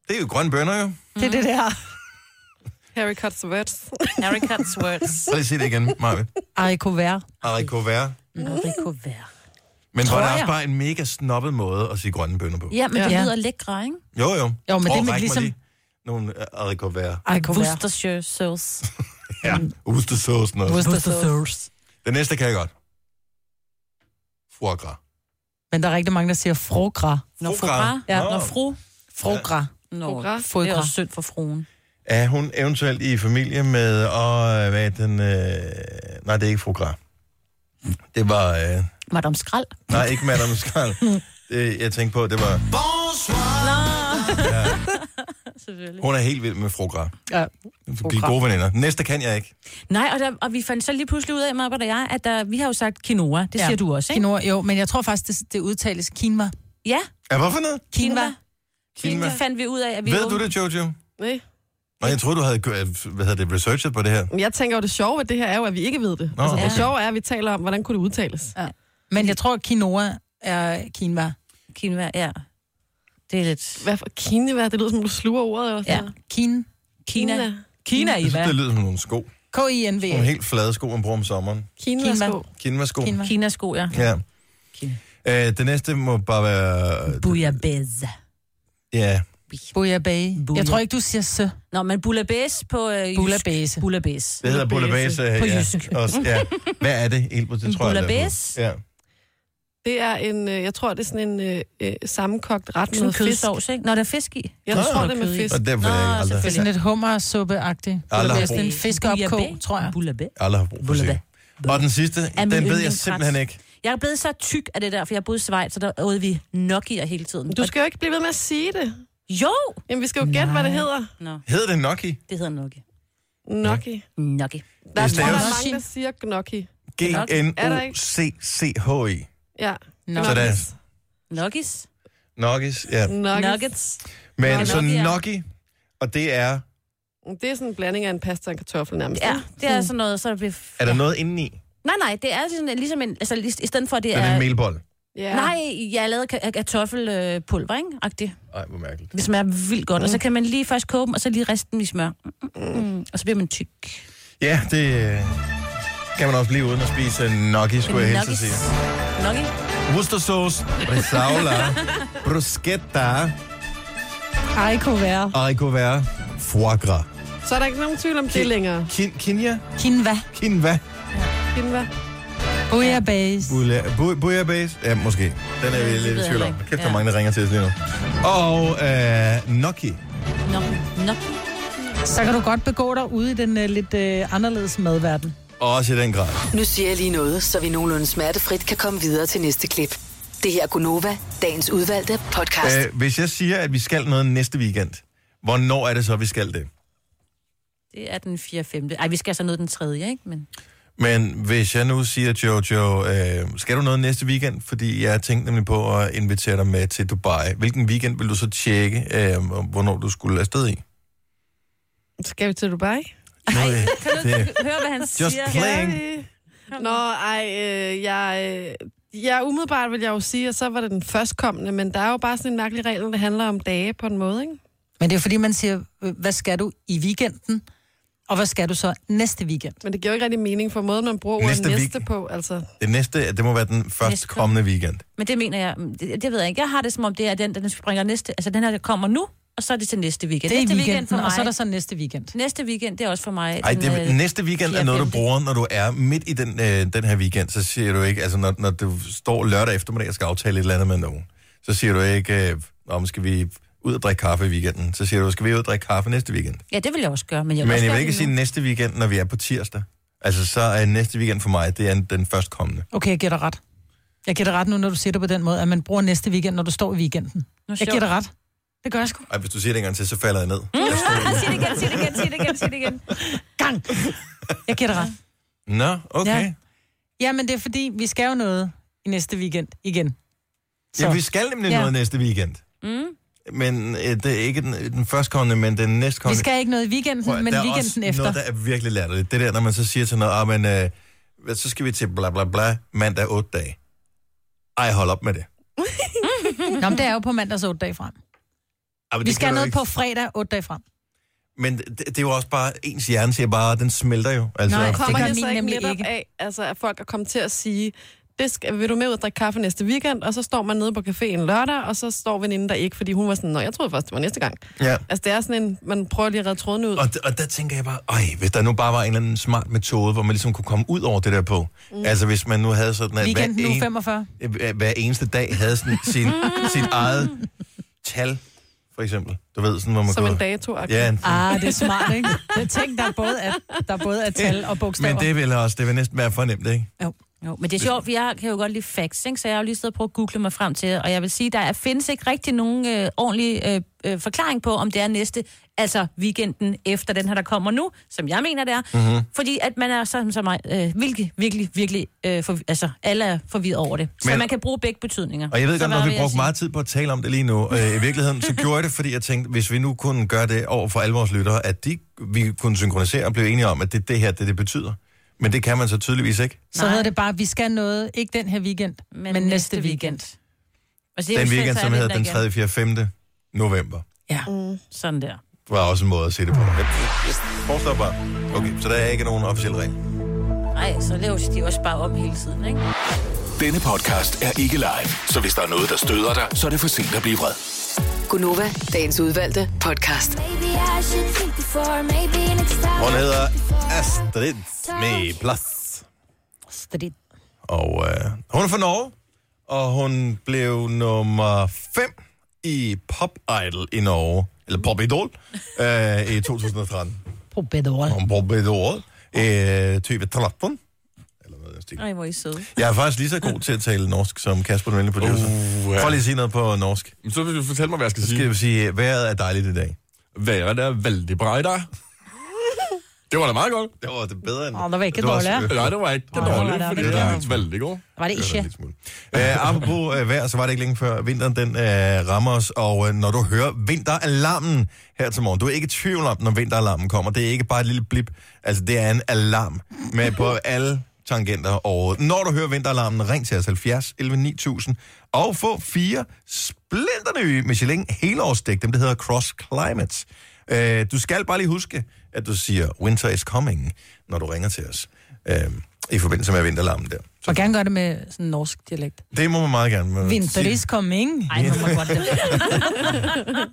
A: det er jo grønne bønner jo.
D: Det er det
E: Mm.
D: der.
B: Harry Cuts words.
E: Haricot words.
A: Så lige sige det igen, Marve.
D: Ej, kuvert.
A: Haricot vert.
E: Mm. Haricot vær.
A: Men hvor
D: Tror
A: der er
D: jeg.
A: også bare en mega snobbet måde at sige grønne bønner på.
E: Ja, men det
D: Ja.
E: lyder lækre, ikke?
A: Jo, jo.
D: Jo, men det er
A: ræk mig
D: ligesom-
A: lige Nogle øh, haricot vert.
D: Ej, kuvert.
E: Worcestershire sauce.
A: Ja, ostesauce noget.
D: Worcestershire.
A: Den næste kan jeg godt. Foie gras.
D: Men der er rigtig mange, der siger frogra.
E: Når
A: Fru
E: fru
A: Gra.
E: Ja,
A: Nå.
E: når fru.
D: Frogra.
E: Nå,
B: Fru Gra.
E: det er også synd for fruen.
A: Er hun eventuelt i familie med, og øh, hvad er den, øh, nej, det er ikke fru Gras. Det var, øh,
E: Madame Skrald.
A: nej, ikke Madame Skrald. Det, jeg tænkte på, det var,
E: Selvfølgelig.
A: hun er helt vild med fru Gras.
D: Ja.
A: De er
D: Gras.
A: gode veninder. Den Næste kan jeg ikke.
E: Nej, og, der, og vi fandt så lige pludselig ud af, Marbert og jeg, at der, vi har jo sagt quinoa. Det
D: Ja.
E: siger du også, ikke?
D: Quinoa, jo, men jeg tror faktisk, det, det udtales quinoa.
E: Ja,
A: Ja, hvorfor noget?
E: quinoa.
A: Quinoa.
E: Det fandt vi ud af, at vi
A: Ved du det, Jojo?
B: Nej.
A: Nej, jeg troede, du havde, gø- øh, hvad hedder det, researchet på det her.
B: Men jeg tænker jo, det sjove ved det her er jo, at vi ikke ved det.
A: Nå,
B: Nå, altså, det
A: okay.
B: sjove er, at vi taler om, hvordan kunne det udtales.
D: Men jeg tror, quinoa er quinoa.
E: Quinoa, ja. Det er lidt...
B: Hvad for kine, hvad? Det lyder som, om du sluger ordet. Også.
E: Ja.
D: Kin.
E: Kina.
B: Kina.
E: Kina,
A: Jeg
E: i
A: synes, det
E: hvad?
A: lyder som nogle sko.
D: K-I-N-V.
A: Nogle helt flade sko, man bruger om sommeren.
B: Kine,
D: Kina.
B: værsgo.
A: Kinva sko.
D: Quinoa.
E: Kina sko, ja.
A: Ja.
E: Kina.
A: Øh, det næste må bare være...
E: Bouillabaisse.
A: Ja,
D: Bouillabaisse. Jeg tror ikke, du siger sø.
E: Nå, men bouillabaisse på øh, jysk.
D: Bouillabaisse.
E: Bouillabaisse.
A: det hedder
D: Bouillabaisse.
A: bouillabaisse.
E: På
A: ja.
E: jysk.
A: Også, ja. Hvad er det, Elbert? Det
E: En
A: tror jeg, det er.
E: bouillabaisse?
A: Ja.
B: Det er en, øh, jeg tror, det er sådan en øh, øh, sammenkogt ret
E: Sådan
B: med
E: en
B: fisk.
E: kødsovs, ikke? Nå, der er fisk i.
B: Jeg
A: Nå,
B: tror, det er med
E: kød i.
B: fisk.
A: Og derfor har jeg
E: Nå,
A: aldrig,
D: Det er sådan lidt hummersuppe-agtigt.
A: Aldrig
D: Det er
A: har
D: sådan en fiskeopkog, tror jeg.
E: Bouillabaisse.
A: aldrig har brug for at se. Og den sidste, den
E: min
A: ved jeg
E: yndlingsret.
A: simpelthen ikke.
E: Jeg er blevet så tyk af det der, for jeg boede i Schweiz, så der åd vi nokier hele tiden.
B: Du skal jo ikke blive ved med at sige det.
E: Og- Jo!
B: Jamen, vi skal jo gætte, hvad det hedder.
E: Nå,
A: Hedder det Noki?
E: det hedder Nokia.
B: Gnocchi.
E: Nokia.
B: Der er,
A: Det
B: tror, der er
A: staves-
B: mange, der siger gnocchi. Er der ikke?
A: G-N-O-C-C-H-I.
B: Ja.
D: Nå.
A: Så der er
E: Nokis.
A: Nokis, ja.
B: Nuggets.
E: Nuggets.
A: Men
E: Nå,
A: så
E: Nokia.
A: Noki, og det er...
B: Det er sådan en blanding af en pasta og en kartoffel nærmest.
E: Ja, det er sådan noget, så det bliver...
A: Er der noget indeni?
E: Nej, nej, det er sådan, ligesom en... Altså, lis- i stedet for, at det
A: Den er en
E: er...
A: melbold.
B: ja.
E: Nej, jeg lavede ka- af kartoffelpulver, ikke? Agtigt.
A: Ej, hvor mærkeligt.
E: Det smager vildt godt. Og
A: Mm.
E: så kan man lige først koge dem, og så lige riste dem i smør. Mm. Og så bliver man tyk.
A: Ja, det øh, kan man også blive uden at spise Noki, skulle jeg helst sige.
E: Nokia.
A: Worcester sauce, bresaola, bruschetta,
D: Ej, kunne være.
A: haricot vert, foie gras.
B: Så er der ikke nogen tvivl om det længere.
A: Kin, kinja,
D: Quinoa.
A: kinva,
B: Kinva.
D: Bouillabaisse.
A: Bula- bu- Bouillabaisse? Ja, måske. Den er vi lidt i tvivl om. Kæft, hvor mange, der ringer til os lige nu. Og øh, Noki.
E: Nokia. Nokia.
D: Så kan du godt begå dig ude i den uh, lidt uh, anderledes madverden.
A: Også i den grad.
F: Nu siger jeg lige noget, så vi nogenlunde smertefrit kan komme videre til næste klip. Det her er Gunova, dagens udvalgte podcast. Øh.
A: Øh, hvis jeg siger, at vi skal noget næste weekend, hvornår er det så, vi skal det?
E: Det er den 4. 5. Ej, vi skal så noget den 3. ikke? Men
A: Men hvis jeg nu siger, Jojo, øh, skal du noget næste weekend? Fordi jeg tænkte nemlig på at invitere dig med til Dubai. Hvilken weekend vil du så tjekke, øh, hvornår du skulle afsted i?
B: Skal vi til Dubai?
A: Nej, det,
E: hør, hvad han
A: just
E: siger.
A: playing.
B: Nå, ej, øh, jeg... Øh, ja, umiddelbart vil jeg jo sige, at så var det den førstkommende, men der er jo bare sådan en mærkelig regel, der handler om dage på en måde, ikke?
D: Men det er fordi, man siger, øh, hvad skal du i weekenden? Og hvad skal du så næste weekend?
B: Men det giver jo ikke rigtig mening for måden, man bruger
A: Næste
B: næste,
A: week-
B: næste på, altså.
A: Det næste, det må være den første kommende weekend.
E: Men det mener jeg, mm, det, det ved jeg ikke. Jeg har det som om, det er den, der springer næste, altså den her, der kommer nu, og så er det til næste weekend.
D: Det er i
E: næste
D: weekenden,
E: weekend for mig.
D: og så er der så næste weekend.
E: Næste weekend, det er også for mig.
A: Ej,
E: den,
A: det,
E: øh,
A: næste weekend er noget, du
E: 4.-5..
A: bruger, når du er midt i den, øh, den her weekend. Så siger du ikke, altså når, når du står lørdag eftermiddag og skal aftale et eller andet med nogen, så siger du ikke, øh, om skal vi ud og drikke kaffe i weekenden? Så siger du, skal vi ud og drikke kaffe næste weekend?
E: Ja, det vil jeg også gøre, men jeg vil,
A: Men
E: også
A: jeg vil
E: gøre
A: ikke
E: det
A: sige
E: nu.
A: næste weekend, når vi er på tirsdag. Altså, så er næste weekend for mig, det er den førstkommende.
D: Okay, jeg gætter ret. Jeg gætter ret nu, når du siger det på den måde, at man bruger næste weekend, når du står i weekenden.
E: Nu er
D: Jeg
E: sjovt.
D: gætter ret. Det gør jeg sgu.
A: Ej, hvis du siger det en gang til, så falder jeg ned. Jeg
E: Ah,
A: står-
E: sig det igen, sig det igen, sig det igen, sig det igen.
D: Gang! Jeg gætter ret.
A: Nå, okay.
D: Ja. Jamen, det er fordi, vi skal jo noget i næste weekend igen.
A: Ja, vi skal nemlig
D: Ja.
A: noget næste weekend.
E: Mm.
A: Men øh, det er ikke den, den førstkommende, men den
D: vi
A: næstkommende.
D: skal ikke noget i weekenden,
A: Prøv at-
D: men
A: der er
D: weekenden
A: også
D: efter.
A: noget, der er virkelig latterligt. Det der, når man så siger til noget, ah, men, øh, hvad, så skal vi til bla bla bla mandag 8 dage. Ej, hold op med det.
D: Nå, men det er jo på mandags 8 dage frem.
A: Ej, men
D: Vi
A: det kan
D: skal
A: du
D: noget
A: ikke.
D: på fredag 8 dage frem.
A: Men det, det, er jo også bare, ens hjerne siger bare, den smelter jo. Altså,
D: Nej,
B: Kommer
D: gør
B: det, det
D: min
B: så ikke
D: nemlig
B: netop
D: ikke.
B: af, altså, at folk er kommet til at sige, det skal, vil du med ud og drikke kaffe næste weekend? Og så står man nede på caféen lørdag, og så står veninden der ikke, fordi hun var sådan, nå, jeg troede først, det var næste gang.
A: ja.
B: Altså, det er sådan en, man prøver lige at redde tråden ud.
A: Og, og der tænker jeg bare, øj, hvis der nu bare var en eller anden smart metode, hvor man ligesom kunne komme ud over det der på. Mm. Altså hvis man nu havde sådan, at hver,
D: Weekenden nu
A: en,
D: 45.
A: hver- hver eneste dag havde sådan sin, sit eget tal, for eksempel. Du ved, sådan hvor man
B: Som
A: kunne...
B: en dato.
A: Ja, en,
D: Ah, det er smart, ikke? Jeg tænkte, der både er, der både er tal og bogstaver.
A: men det vil også, det vil næsten være for nemt, ikke?
D: Jo.
E: Jo, men det er sjovt, for jeg kan jo godt lide facts, ikke? så jeg har jo lige siddet og prøvet at google mig frem til, og jeg vil sige, der er, findes ikke rigtig nogen øh, ordentlig øh, øh, forklaring på, om det er næste, altså weekenden efter den her, der kommer nu, som jeg mener det er,
A: Mhm.
E: mm-hmm. fordi at man er sådan som mig, øh, virkelig, virkelig, virkelig, øh, for, altså alle er forvirret over det. Men, så
A: Men-
E: man kan bruge begge betydninger.
A: Og jeg ved
E: Så
A: godt,
E: hvad
A: når vi
E: vil jeg
A: brugte
E: sige?
A: meget tid på at tale om det lige nu, øh, i virkeligheden, så gjorde jeg det, fordi jeg tænkte, hvis vi nu kunne gøre det over for alle vores lyttere, at de, vi kunne synkronisere og blive enige om, at det er det her, det, det betyder. Men det kan man så tydeligvis ikke.
D: Så hedder det bare, at vi skal noget, ikke den her weekend, men, men næste, næste weekend. weekend.
E: Altså, det er
A: Den
E: jo selv,
A: weekend,
E: så er
A: som
E: det
A: hedder
E: der
A: den
E: igen.
A: 3., 4., 5. november.
D: Ja.
E: Sådan der.
A: var også en måde at se det på. Men Forstår bare. Okay, så der er ikke nogen officiel regel.
E: Nej, så laver de også bare om hele tiden, ikke?
G: Denne podcast er ikke live, så hvis der er noget, der støder dig, så er det for sent at blive vred.
F: Gunova, dagens udvalgte podcast.
A: Hun hedder Astrid med plads.
D: Astrid.
A: Og øh, hun er fra Norge, og hun blev nummer 5 i Pop Idol i Norge, eller Pop Idol, øh, i 2013.
D: På bedre.
A: Om Pop Idol øh, i 2013.
E: Ej, hvor er I søde.
A: Jeg er faktisk lige så god til at tale norsk som Kasper Mølle producer. Uh,
J: ja.
A: ja. Prøv lige at sige noget på norsk.
J: Men Så vil du fortælle mig, hvad jeg skal
A: Så
J: sige.
A: skal jeg sige, vejret er dejligt i dag.
J: Været er vældig bra i dag. Det var da meget godt.
A: Det var det bedre end...
D: Åh, det var ikke
A: Det var
D: dårligt.
A: også-
J: Nej, det var ikke
D: Åh,
J: dårligt,
D: det var
J: fordi
D: da
J: det
A: vildt.
J: var vældig godt.
D: Var det ikke?
A: Uh, apropos uh, vejr, så var det ikke længe før vinteren den uh, rammer os, og uh, når du hører vinteralarmen her til morgen, du er ikke i tvivl om, når vinteralarmen kommer, det er ikke bare et lille blip, altså det er en alarm med på alle tangenter og når du hører vinteralarmen, ring til os 70 11 9000 og få fire splinterne Michelin helårsdæk, dem der hedder Cross Climates. Uh, du skal bare lige huske, at du siger winter is coming, når du ringer til os uh, i forbindelse med vinteralarmen der.
D: Og gerne gøre det med sådan en norsk dialekt.
A: Det må man meget gerne. men-
D: Vinter is coming.
E: Ej, hvor må godt det
A: Jeg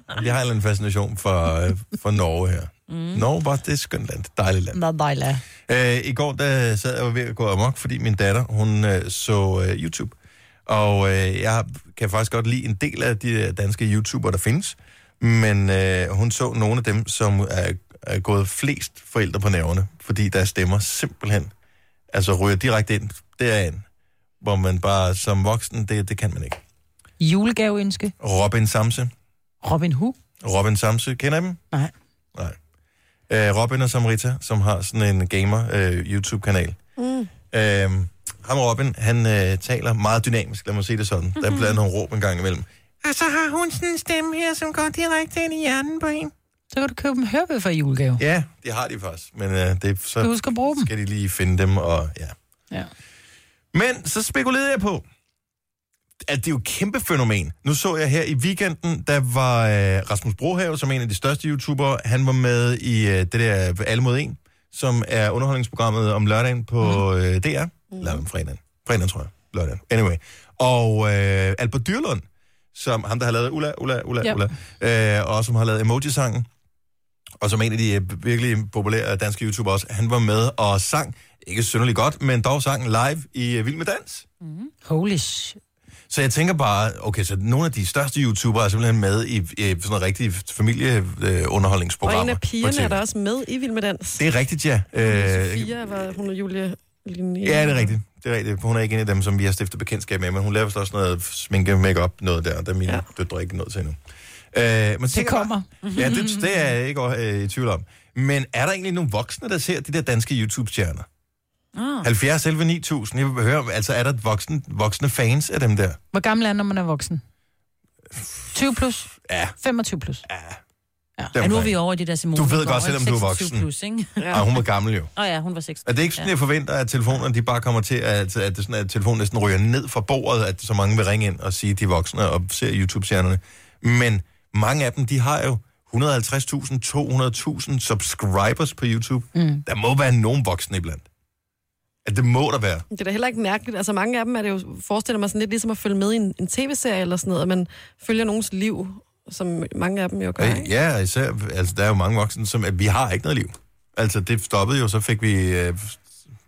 A: har en eller anden fascination for, øh, for Norge her. Mm. Norge var det er et skønt land. Et Dejligt land.
D: Nå, dejligt.
A: Øh, I går der sad jeg og var ved at gå amok, fordi min datter hun øh, så øh, YouTube. Og øh, jeg kan faktisk godt lide en del af de øh, danske YouTubere, der findes. Men øh, hun så nogle af dem, som er, er gået flest forældre på nerverne, fordi deres stemmer simpelthen altså ryger direkte ind derind, hvor man bare som voksen, det, det kan man ikke.
D: Julegaveønske.
A: Robin Samse.
D: Robin Hood.
A: Robin Samsø, kender I dem?
D: Nej.
A: Nej. Øh, Robin og Samrita, som har sådan en gamer-YouTube-kanal. Øh, ham og Robin, han øh, taler meget dynamisk, lad mig sige det sådan. Mm-hmm. Der er blandt andet råb en gang imellem. Og så har hun sådan en stemme her, som går direkte ind i hjernen på en.
D: Så kan du købe en hørbøffer i julegave.
A: Ja, det har de faktisk, men øh, det, er-
D: Du
A: så
D: husker at bruge dem.
A: skal de lige finde dem, og ja.
D: Mm. Ja.
A: Men så spekulerede jeg på, at det er jo et kæmpe fænomen. Nu så jeg her i weekenden, der var øh, Rasmus Brohave, som er en af de største YouTubere, han var med i øh, det der Alle mod En, som er underholdningsprogrammet om lørdagen på øh, DR. Mm. Eller om fredagen. Fredagen, tror jeg. Lørdagen. Anyway. Og øh, Albert Dyrlund, som ham, der har lavet Ulla, Ulla, Ulla,
B: Ja.
A: yep. Ulla, øh, og som har lavet Emoji-sangen, og som er en af de øh, virkelig populære danske YouTubere også, han var med og sang, ikke synderligt godt, men dog sang live i øh, Vild Med Dans.
D: Holy shit.
A: Så jeg tænker bare, okay, så nogle af de største YouTubere er simpelthen med i, i sådan øh, nogle rigtige
B: Og
A: familieunderholdningsprogrammer.
B: en af pigerne er
A: der
B: der også med i Vild med Dans.
A: Det er rigtigt, ja. Øh,
B: Sofia var hun og Julia Linnea.
A: ja,
D: Mm.
A: det er rigtigt. Det er rigtigt. Hun er ikke en af dem, som vi har stiftet bekendtskab med, men hun laver vist også noget sminke, makeup noget der, der er mine ja.
B: Ja.
A: døtre ikke nået til endnu. Øh, men
D: Det kommer.
A: Ja, det, det er jeg ikke øh, i tvivl om. Men er der egentlig nogle voksne, der ser de der danske YouTube-stjerner?
E: Ah.
A: 70, 11, 9000. Jeg vil høre, altså er der et voksne, voksne fans af dem der?
D: Hvor gammel er han, når man er voksen? 20 plus?
A: Ja.
D: 25 plus? Ja.
E: Ja, nu er vi over i det der Simone.
A: Du ved
E: Gård,
A: godt, selvom du er
E: 26
A: voksen.
E: Plus, ikke?
A: Ja. Ah, hun var gammel jo.
E: Nå ja, hun var 16.
A: Er det ikke sådan, ja. jeg forventer, at telefonerne de bare kommer til, at, at, det sådan, at telefonen næsten ryger ned fra bordet, at så mange vil ringe ind og sige, at de er voksne og ser YouTube-stjernerne. Men mange af dem, de har jo 150.000, 200.000 subscribers på YouTube. Mm. Der må være nogen voksne iblandt. At det må der være.
B: Det er da heller ikke mærkeligt. Altså mange af dem er det jo, forestiller mig sådan lidt ligesom at følge med i en, en tv-serie eller sådan noget, at man følger nogens liv, som mange af dem jo gør.
A: Okay.
B: Ikke?
A: Øh, Ja, især, altså, der er jo mange voksne, som at vi har ikke noget liv. Altså, det stoppede jo, så fik vi øh,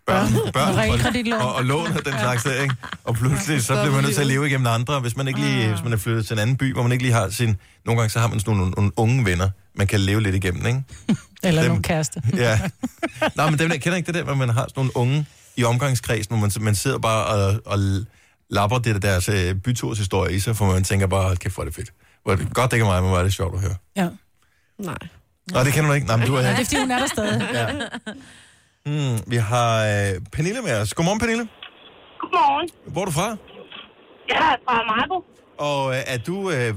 A: børn, børn
D: Realkreditlån.
A: og, og lån og den slags der, ikke? Og pludselig, så bliver man nødt til at leve igennem andre. Hvis man ikke lige, hvis man er flyttet til en anden by, hvor man ikke lige har sin... Nogle gange, så har man sådan nogle, nogle unge venner, man kan leve lidt igennem, ikke?
D: Eller
A: dem-
D: nogen kæreste.
A: Ja. Nej, men dem, der kender ikke det der, hvor man har sådan nogle unge i omgangskredsen, hvor man, man sidder bare og, og lapper det der deres øh, byturshistorie i sig, for man tænker bare, kæft, hvor er det fedt. Hvor er det godt, det ikke er mig, men hvor er det sjovt at høre.
D: Ja.
B: Nej.
A: Nej, det kender du ikke. Nej, men du er
D: Det er fordi, hun er der stadig.
A: Mm, vi har øh, Pernille med os. Godmorgen, Pernille.
I: Godmorgen.
A: Hvor er du fra?
I: Jeg er fra Marco.
A: Og øh, er du øh,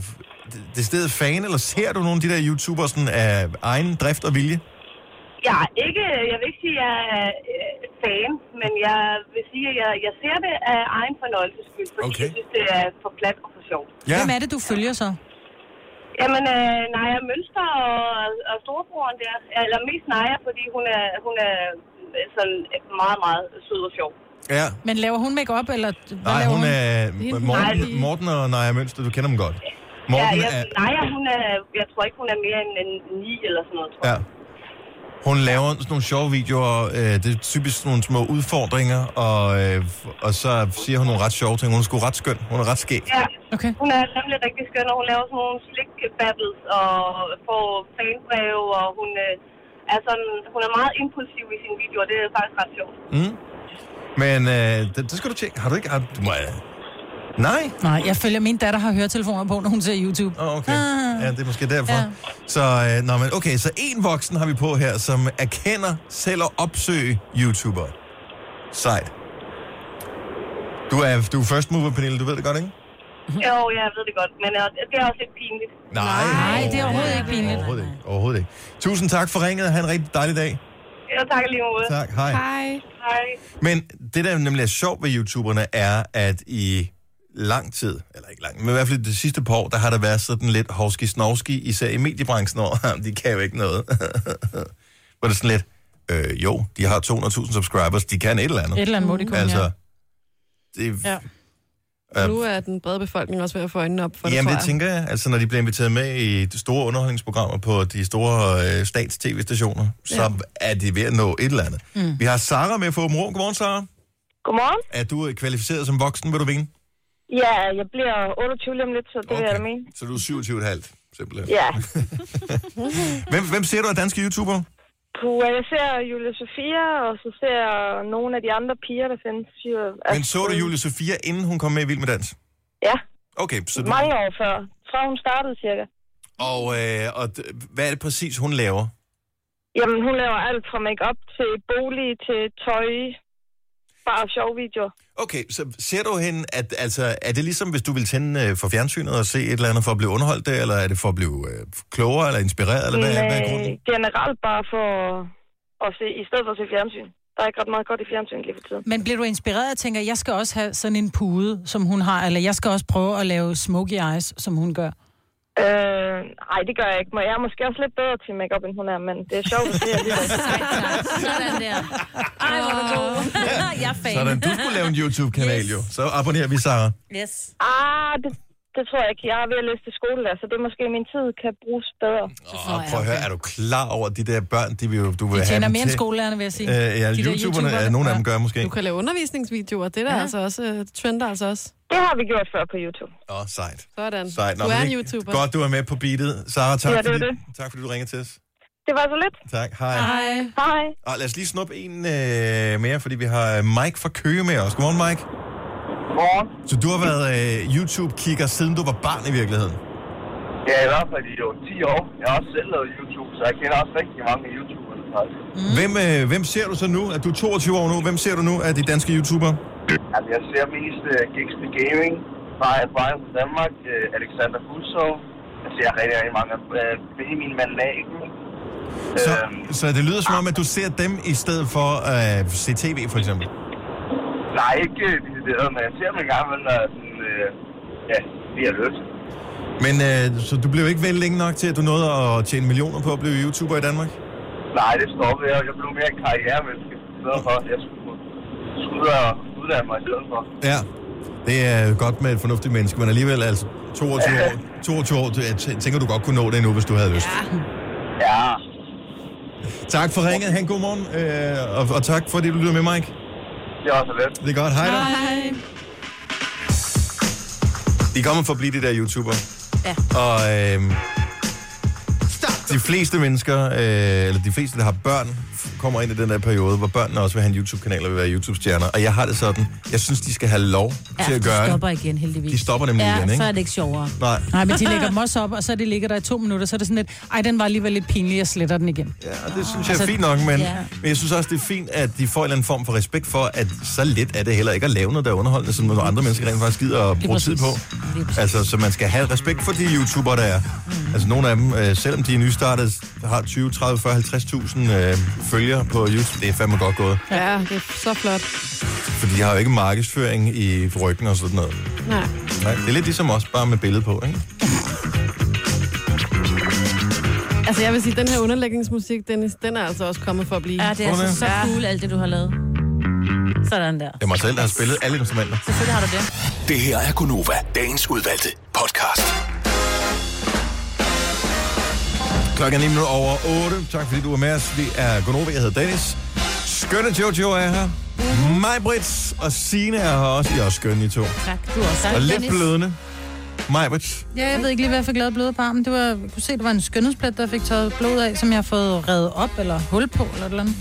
A: det stedet fan, eller ser du nogle af de der YouTubere sådan, af egen drift og vilje?
I: Jeg er ikke, jeg vil ikke sige, at jeg er øh, fan, men jeg vil sige, at jeg, jeg ser det af egen fornøjelses skyld, fordi
A: Okay.
I: okay. jeg synes, det er for plat og for sjovt.
D: Hvem er det, du følger så?
I: Jamen, øh, Naja Mønster og, og storebroren der, eller mest Naja, fordi hun er, hun er sådan meget, meget sød og sjov.
A: Ja.
D: Men laver hun make op eller hvad
A: Nej,
D: laver
A: hun er... øh,
D: Hende-
A: Morten,
D: Nej.
A: Morten og Naja Mønster, du kender dem godt.
I: ja,
A: Morten
I: jeg,
A: er...
I: nej, hun er, jeg tror ikke, hun er mere end en 9 eller sådan noget. Tror. jeg.
A: Ja. Hun laver sådan nogle sjove videoer. Øh, det er typisk sådan nogle små udfordringer, og, øh, og så siger hun nogle ret sjove ting. Hun er sgu ret skøn. Hun er ret skæg.
I: Ja,
D: okay.
I: hun er nemlig rigtig skøn, og hun laver sådan nogle slick battles og får fanbrev, og hun øh, er sådan, hun er meget impulsiv i sine videoer, det er faktisk ret sjovt.
A: Mm. Men øh, det, det, skal du tjekke. Har du ikke... Har, du må, nej.
D: Nej, jeg følger min datter har høretelefoner på, når hun ser YouTube.
A: Oh, okay.
D: Ah.
A: Ja, det er måske derfor.
D: Ja.
A: Ja. Så, øh, nå, men okay, så en voksen har vi på her, som erkender selv at opsøge YouTuber. Sejt. Du er, du er first mover, Pernille, du ved det godt, ikke?
K: Mhm.
I: Jo, jeg ved det godt, men øh, det er også lidt pinligt.
A: Nej,
I: Nej, det er overhovedet ikke pinligt.
A: Overhovedet ikke. Overhovedet ikke. Tusind tak for ringet, og have en rigtig dejlig dag.
I: Jo, tak i øh, lige måde.
A: Tak, hej.
B: Hej.
I: Hej.
A: Men det, der nemlig er sjovt ved YouTuberne, er, at i lang tid, eller ikke lang, men i hvert fald det sidste par år, der har der været sådan lidt hovski-snovski, især i mediebranchen, og de kan jo ikke noget. Hvor det er sådan lidt, øh, jo, de har 200.000 subscribers, de kan et eller andet.
D: Et eller andet må de kunne,
A: Altså,
D: ja.
A: det,
D: Ja.
A: Ja.
B: Nu er den brede befolkning også ved at få øjnene op for
A: Jamen,
B: det,
A: det
B: tror jeg.
A: tænker jeg. Altså, når de bliver inviteret med i de store underholdningsprogrammer på de store øh, stats-tv-stationer, så
B: Ja.
A: er de ved at nå et eller andet.
B: Mm.
A: Mm. Vi har Sara med fra Åben Rå. Godmorgen, Sara.
K: Godmorgen.
A: Er du øh, kvalificeret som voksen, vil du mene?
K: Ja, jeg bliver 28 lige om lidt, så det okay. vil jeg da mene.
A: Så du er 27,5, simpelthen.
K: Ja.
A: Hvem, hvem ser du af danske YouTubere?
K: Puh, jeg ser Julia Sofia, og så ser jeg nogle af de andre piger, der findes. Jo,
A: Men så du Julie Sofia, inden hun kom med i Vild Med Dans?
K: Ja,
A: Okay, så du...
K: mange år før. Fra hun
I: Altså,
K: startede cirka.
A: Og, øh, og d- hvad er det præcis, hun laver?
K: Jamen, hun laver alt fra makeup til bolig til tøj. Bare sjove videoer.
A: Okay, så ser du hende, at altså, er det ligesom, hvis du vil tænde øh, for fjernsynet og se et eller andet for at blive underholdt der, eller er det for at blive øh, klogere eller inspireret, eller hvad, er- hvad er grunden?
K: generelt øh, bare for at- at se, i stedet for at se fjernsyn. Der er ikke ret meget godt i fjernsyn lige for tiden.
D: Men bliver du inspireret og tænker, jeg skal også have sådan en pude, som hun har, eller jeg skal også prøve at lave smoky eyes, som hun gør?
K: Øh, ej, det gør jeg ikke. Men Jeg er måske også lidt bedre til makeup end hun er, men det er sjovt at se alligevel.
E: Sådan der. Ej, hvor er du god. jeg er fan.
A: Sådan, du skulle lave en YouTube-kanal jo. Så abonnerer vi, Sara.
E: Yes.
K: Ah, det, det tror jeg ikke. Jeg er ved at læse til skolelærer, så det er måske min tid kan bruges bedre.
A: Og prøv at høre, er du klar over at de der børn, de vil jo, du vil
D: De
A: have
D: tjener
A: dem
D: mere end
A: til?
D: skolelærerne, vil jeg sige.
A: Øh, ja,
D: De der
A: YouTuberne, er nogle af dem gør måske.
B: Du kan lave undervisningsvideoer, det er der ja. altså også, øh, trender altså også.
K: Det har vi gjort før på YouTube.
A: Åh, oh, sejt.
B: Sådan.
A: Sejt.
B: du
A: men
B: er en
A: det-
B: YouTuber.
A: Godt, du er med på beatet. Sara, tak,
B: Ja, det var
A: fordi,
B: det.
A: tak fordi du ringer til os.
K: Det var så lidt.
A: Tak, hej.
K: Hej.
A: Og lad os lige snuppe en øh, mere, fordi vi har øh, Mike fra Køge med os. Godmorgen, Mike. Godmorgen. Så du har været øh, YouTube-kigger, siden du var barn i virkeligheden?
L: Ja, i hvert fald i jo 10 år. Jeg har også selv lavet YouTube, så jeg kender også rigtig mange YouTubere faktisk.
A: Mm. Hvem, øh, hvem ser du så nu? Er du 22 år nu? Hvem ser du nu af de danske YouTubere?
L: Altså, jeg ser mest uh, Gangster Gaming, Brian Brian fra Danmark, uh, Alexander Husov. Jeg ser rigtig, rigtig mange. Uh, Benjamin Van Lagen.
A: Så,
L: Øhm.
A: så det lyder som om, at du ser dem i stedet for øh, CTV, for eksempel.
L: Nej, ikke uh, decideret, men jeg ser dem en gang, men når sådan, uh, ja, det er løst.
A: Men øh, så du blev ikke vel længe nok til, at du nåede at tjene millioner på at blive YouTuber i Danmark?
L: Nej, det stoppede jeg. Jeg blev mere en karrieremenneske, i stedet for, at jeg skulle, skulle ud og uddanne mig i stedet for.
A: Ja, det er godt med et fornuftigt menneske, men alligevel altså 22 år, 22 år du- jeg tæ- tænker du godt kunne nå det endnu, hvis du havde lyst.
L: Ja.
A: Tak for ringet. Han god morgen, øh, og, og tak fordi du lytter med, Mike.
L: Det var så let.
A: Det er godt. Hej da.
D: Hej.
A: De kommer for at blive de der YouTuber.
E: Ja.
A: Og øh, de fleste mennesker, øh, eller de fleste, der har børn, f- kommer ind i den der periode, hvor børnene også vil have en YouTube-kanal og vil være YouTube-stjerner. Og jeg har det sådan, jeg synes, de skal have lov til at gøre
E: de
A: det.
E: stopper igen, heldigvis.
A: De stopper nemlig
E: ja,
A: igen, ikke?
E: så er det ikke sjovere.
A: Nej.
D: Nej, men de lægger dem også op, og så det ligger der i to minutter, så er det sådan lidt, ej, den var alligevel lidt pinlig, jeg sletter den igen.
A: Ja, og det synes jeg
E: Altså,
A: er fint nok, men,
D: Ja.
A: men jeg synes også, det er fint, at de får en eller anden form for respekt for, at så let er det heller ikke at lave noget, der er underholdende, som nogle andre mennesker rent faktisk gider at bruge tid på. Altså, så man skal have respekt for de YouTubere, der er.
E: Mm.
A: Altså, nogle af dem, øh, selvom de er nystartede, har 20, 30, 40, 50.000 øh, følgere på YouTube. Det er fandme godt gået,
B: Ja, det er så flot.
A: for de har jo ikke markedsføring i ryggen og sådan noget.
B: Nej.
A: Nej, det er lidt ligesom os, bare med billede på, ikke?
B: Altså, jeg vil sige, den her underlægningsmusik, Dennis, den er altså også kommet for at blive.
E: Ja, det er altså så cool, alt det, du har lavet. Så Sådan der.
A: Jeg må selv have spillet alle instrumenter.
E: Selvfølgelig har du det.
G: Det her er Gunova, dagens udvalgte podcast.
A: Klokken er 9 minutter over 8. Tak fordi du er med os. Vi er Gunova, jeg hedder Dennis. Skønne Jojo er her. Mm-hmm. Mig, Brits og Sine er her også. I er også skønne, I to.
E: Tak, du er også.
A: og lidt blødende. Mig, Brits.
D: Ja, jeg ved ikke lige, hvad jeg fik lavet blod på armen. Det var, jeg kunne se, det var en skønhedsplet, der fik taget blod af, som jeg har fået reddet op eller hul på eller et eller andet.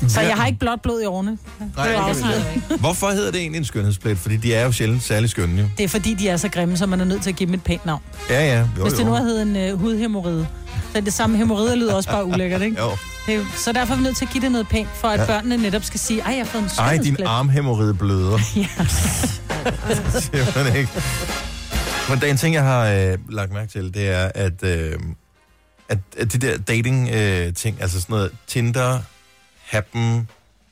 D: Mm. Så jeg har ikke blåt blod i årene.
A: Nej, det
D: også
A: er
D: noget.
A: ikke. Hvorfor hedder det egentlig en skønhedsplet? Fordi de er jo sjældent særlig skønne, jo.
D: Det er fordi, de er så grimme, så man er nødt til at give dem et pænt navn.
A: Ja, ja. Jo,
D: Hvis det
A: jo.
D: nu havde en øh, hudhemoride, så er det samme hemoride lyder også bare ulækkert, ikke?
A: Jo.
D: Det er, jo- så derfor er vi nødt til at give det noget pænt, for at
A: Ja.
D: ja. børnene netop skal sige, ej, jeg har fået en
A: Ej, din
D: skønhedsplet.
A: armhemoride bløder.
D: Ja.
A: Siger man ikke. Men der er en ting, jeg har øh, lagt mærke til, det er, at, øh, at, at de der dating-ting, altså sådan noget Tinder, Happen,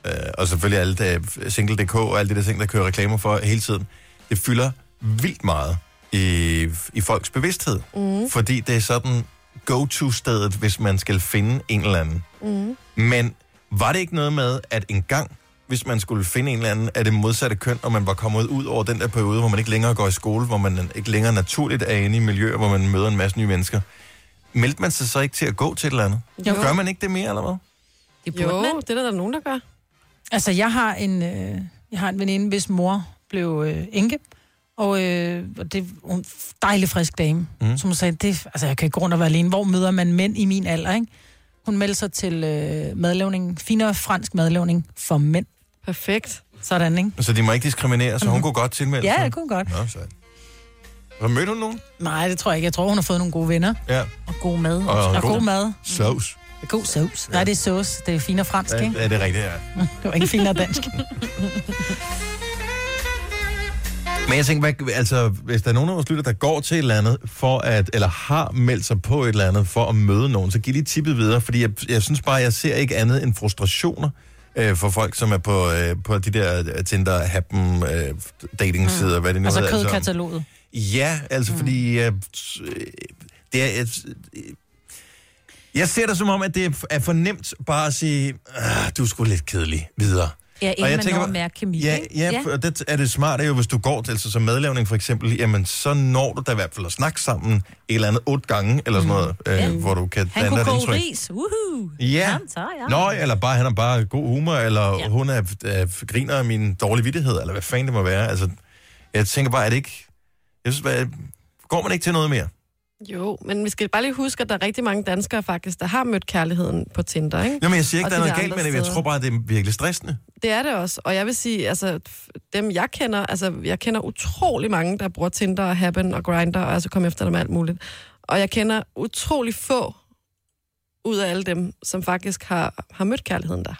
A: øh, og selvfølgelig alle der, Single.dk og alle de der ting, der kører reklamer for hele tiden, det fylder vildt meget i, i folks bevidsthed.
B: Mm.
A: Fordi det er sådan go-to-stedet, hvis man skal finde en eller anden.
B: Mm.
A: Men var det ikke noget med, at en gang, hvis man skulle finde en eller anden af det modsatte køn, og man var kommet ud over den der periode, hvor man ikke længere går i skole, hvor man ikke længere naturligt er inde i miljøer, hvor man møder en masse nye mennesker, meldte man sig så ikke til at gå til et eller andet? Jo.
B: Jo.
A: Gør man ikke det mere, eller hvad?
E: Det
B: jo, det er der, der er nogen, der gør.
D: Altså, jeg har en, øh, jeg har en veninde, hvis mor blev øh, enke, og øh, og det er en dejlig frisk dame,
M: Mm.
D: mm. som sagde, det, altså, jeg kan ikke gå rundt og være alene. Hvor møder man mænd i min alder, ikke? Hun meldte sig til øh, madlavning, finere fransk madlavning for mænd.
B: Perfekt.
D: Sådan, ikke?
A: Så Altså, de må ikke diskriminere, så hun kunne godt tilmelde
D: Mhm. Ja,
A: sig?
D: det kunne hun godt.
A: Nå, så. Så mødte hun nogen?
D: Nej, det tror jeg ikke. Jeg tror, hun har fået nogle gode venner.
A: Ja.
D: Og god mad.
A: Og
D: Og, og
A: god-
D: god mad.
A: Sovs.
D: God sovs. Ja. Nej, det er sauce. Det er finere fransk,
A: Ja,
D: ikke?
A: det er det rigtigt, ja.
D: Det var ikke finere dansk.
A: Men jeg tænker, hvad, altså, hvis der er nogen af vores lytter, der går til et eller andet, for at, eller har meldt sig på et eller andet for at møde nogen, så giv lige tippet videre, fordi jeg, jeg synes bare, jeg ser ikke andet end frustrationer øh, for folk, som er på, øh, på de der øh, Tinder, Happen, øh, dating-sider, mm. hvad det nu
E: Altså
D: og så
A: hedder. alt sammen.
D: kødkataloget.
A: Ja, altså mm. fordi... Øh, t- øh, det er, et, jeg ser det som om, at det er- er for nemt bare at sige, "Ah, du er sgu lidt kedelig videre.
E: Ja,
A: Og
E: inden
A: jeg
E: man
A: tænker
E: når at
A: bare-
E: mærke kemi,
A: Ja,
E: ikke?
A: ja, ja. det er det smarte jo, hvis du går til, altså som medlavning for eksempel, jamen så når du da i hvert fald at snakke sammen et eller andet otte gange, eller sådan noget, øh,
E: Mm. Ja.
A: hvor du kan
E: Han
A: dig
E: kunne
A: et
E: gå
A: indtryk.
E: ris. Uhu.
A: Ja.
E: Ham tager jeg.
A: Nå, eller bare, han har bare god humor, eller
E: Ja.
A: ja. hun er, er, griner af min dårlige vidtighed, eller hvad fanden det må være. Altså, jeg tænker bare, er det ikke... Jeg synes, bare, går man ikke til noget mere?
B: Jo, men vi skal bare lige huske, at der er rigtig mange danskere faktisk, der har mødt kærligheden på Tinder, ikke?
A: Nå, men jeg siger ikke,
B: Og
A: der er
B: de
A: noget galt
B: andre
A: med det, men jeg
B: steder.
A: tror bare, at det er virkelig stressende.
B: Det er det også, og jeg vil sige, altså f- dem jeg kender, altså jeg kender utrolig mange, der bruger Tinder og Happen og Grindr, og altså kommer efter dem med alt muligt. Og jeg kender utrolig få ud af alle dem, som faktisk har, har mødt kærligheden der.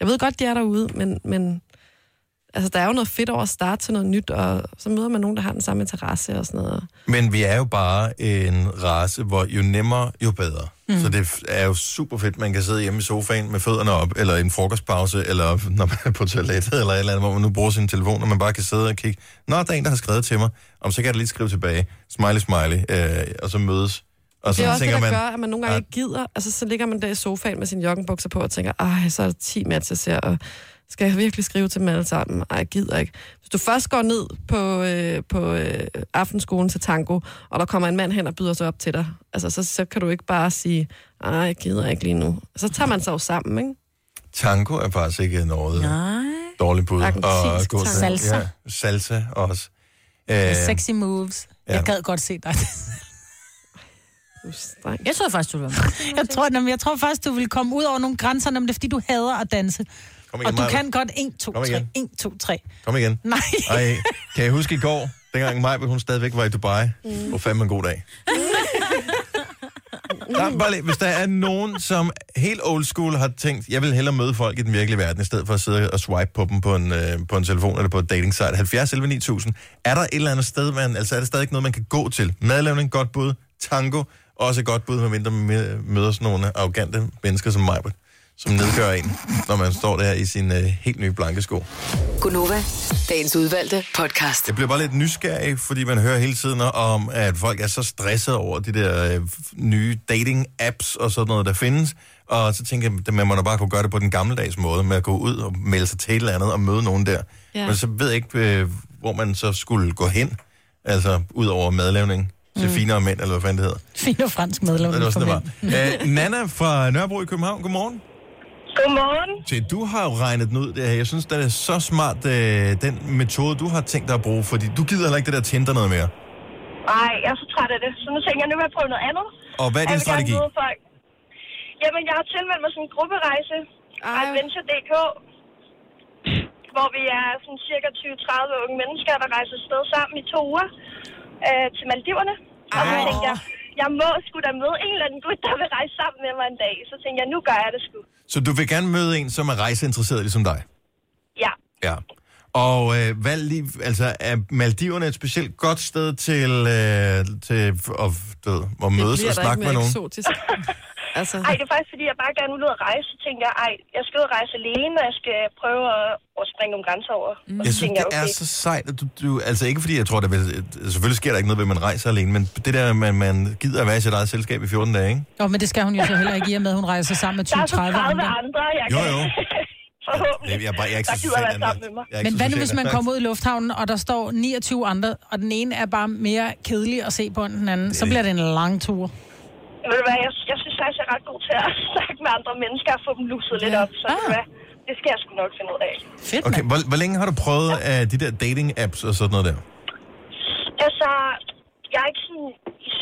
B: Jeg ved godt, de er derude, men, men altså, der er jo noget fedt over at starte til noget nyt, og så møder man nogen, der har den samme interesse og sådan noget.
A: Men vi er jo bare en race, hvor jo nemmere, jo bedre. Mm.
B: Mm.
D: Mhm.
A: Så det f- er jo super fedt, man kan sidde hjemme i sofaen med fødderne op, eller i en frokostpause, eller når man er på toilettet, eller et eller andet, hvor man nu bruger sin telefon, og man bare kan sidde og kigge. Nå, der er en, der har skrevet til mig, om så kan jeg da lige skrive tilbage. Smiley, smiley. Øh, og så mødes. Og så
B: det er også
A: tænker
B: det, der
A: man,
B: gør, at man nogle gange
A: "Ah,
B: ikke gider. Altså, så ligger man der i sofaen med sine joggenbukser på og tænker, ej, så er der 10 matches her, og skal jeg virkelig skrive til dem alle sammen? Ej, jeg gider ikke. Hvis du først går ned på, øh, på øh, aftenskolen til tango, og der kommer en mand hen og byder sig op til dig, altså, så, så kan du ikke bare sige, ej, jeg gider ikke lige nu. Så tager man sig jo sammen, ikke?
A: Tango er faktisk ikke noget
D: Nej.
A: dårligt bud.
D: Argentinsk
A: at gå
D: tango.
A: til.
D: Salsa.
A: Ja, salsa også.
D: Øh,
A: Øh,
D: sexy moves.
A: ja.
D: Ja. Jeg gad godt se dig.
E: Jeg tror faktisk, du var
D: jeg tror, jamen, jeg tror faktisk, du vil komme ud over nogle grænser, men det er fordi, du hader at danse.
A: Kom
D: Kom
A: igen,
D: igen, og du
A: Maja.
D: kan godt 1, 2,
A: Kom
D: 3,
A: igen.
D: 1, 2, 3.
A: Kom igen.
D: Nej.
A: Ej, kan jeg huske i går, dengang Maja, hun stadigvæk var i Dubai. Mm. Og fandme en god dag. Der, bare lige, hvis der er nogen, som helt old school har tænkt, jeg vil hellere møde folk i den virkelige verden, i stedet for at sidde og swipe på dem på en, øh, på en telefon eller på et dating site. 70 11 9000. Er der et eller andet sted, man, altså er der stadig noget, man kan gå til? Madlavning, godt bud. Tango, også et godt bud, medmindre man mø- møder sådan nogle arrogante mennesker som mig, som nedgør en, når man står der i sin øh, helt nye blanke sko.
F: Gunova, dagens udvalgte podcast.
A: Jeg Altså, bliver bare lidt nysgerrig, fordi man hører hele tiden om, at folk er så stressede over de der øh, f- nye dating-apps og sådan noget, der findes. Og så tænkte jeg, at man må da bare kunne gøre det på den gammeldags måde, med at gå ud og melde sig til et eller andet og møde nogen der.
B: Ja.
A: Ja. Men så ved jeg ikke, øh, hvor man så skulle gå hen, altså ud over madlavning. Mm. Sefine og mænd, eller hvad fanden det hedder.
D: Fint og fransk medlem.
A: Det var sådan, det var. Æ, Nana fra Nørrebro i København, godmorgen.
I: Godmorgen.
A: Se, du har jo regnet den ud, det her. Jeg synes, det er så smart, øh, den metode, du har tænkt dig at bruge, fordi du gider heller ikke det der Tinder noget mere.
I: Nej, jeg er så træt af det, så nu tænker jeg, nu vil jeg prøve noget andet.
A: Og hvad er
I: Jeg
A: din
I: vil gerne
A: strategi?
I: møde folk. Jamen, jeg har tilmeldt mig sådan en grupperejse af Adventure.dk, hvor vi er sådan cirka 20-30 unge mennesker, der rejser sted sammen i to uger øh, til Maldiverne. Og så tænkte jeg, jeg må sgu da møde en eller anden gut, der vil rejse sammen med mig en dag. Så tænkte jeg, nu gør jeg det sgu.
A: Så du vil gerne møde en, som er rejseinteresseret ligesom dig?
I: Ja.
A: Ja. Og øh, hvad lige, altså, er Maldiverne et specielt godt sted til, øh, til at, du ved, at mødes og snakke med nogen?
B: altså.
I: Ej, det er faktisk, fordi jeg bare gerne vil ud og rejse. Så tænkte jeg, ej, jeg skal ud og rejse alene, og jeg skal prøve at, at springe nogle grænser over. Mm.
A: Jeg synes, det er så sejt. at Du, du, altså ikke fordi, jeg tror, der vil, selvfølgelig sker der ikke noget ved, at man rejser alene, men det der, man, man gider at være i sit eget selskab i 14 dage, ikke?
D: Nå, men det skal hun jo så heller ikke i og med, at hun rejser sammen med 20-30
I: Der er
D: andre.
I: så 30 andre, jeg
A: Jo,
I: kan
A: jo.
I: forhåbentlig,
A: Jeg, jeg, er bare- jeg er ikke
I: der
A: så
I: gider
A: social
I: være sammen
A: anlagt.
I: med mig.
A: Jeg er ikke
D: Men
A: så
D: hvad nu,
A: social
D: hvis man
A: anlagt.
D: kommer ud i lufthavnen, og der står 29 andre, og den ene er bare mere kedelig at se på end den anden, så bliver det en lang tur.
I: Ved du hvad, jeg, jeg synes faktisk, jeg er ret god til at snakke med andre mennesker og få dem luset lidt op. Så ah. hvad, det skal jeg sgu nok finde ud af.
D: Fedt,
A: Okay, hvor, hvor længe har du prøvet ja. de der dating-apps og sådan noget der?
I: Altså, jeg er ikke sådan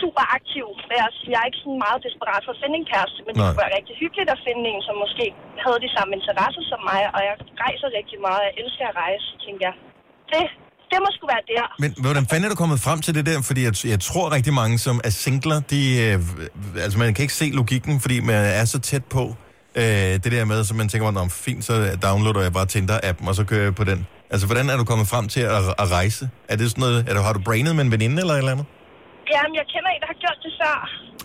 I: super aktiv, men jeg, jeg er ikke sådan meget desperat for at finde en kæreste, men Nej. det
A: Nej.
I: kunne være rigtig hyggeligt at finde en, som måske havde de samme interesser som mig, og jeg rejser rigtig meget, jeg elsker at rejse, så tænkte jeg. Det, det må sgu være der.
A: Men hvordan fanden er du kommet frem til det der? Fordi jeg, jeg tror rigtig mange, som er singler, de, øh, altså man kan ikke se logikken, fordi man er så tæt på øh, det der med, så man tænker, om fint, så downloader jeg bare Tinder-appen, og så kører jeg på den. Altså, hvordan er du kommet frem til at, at rejse? Er det sådan noget, er du, har du brainet med en veninde eller et eller andet?
I: Jamen, jeg kender en, der har gjort det før.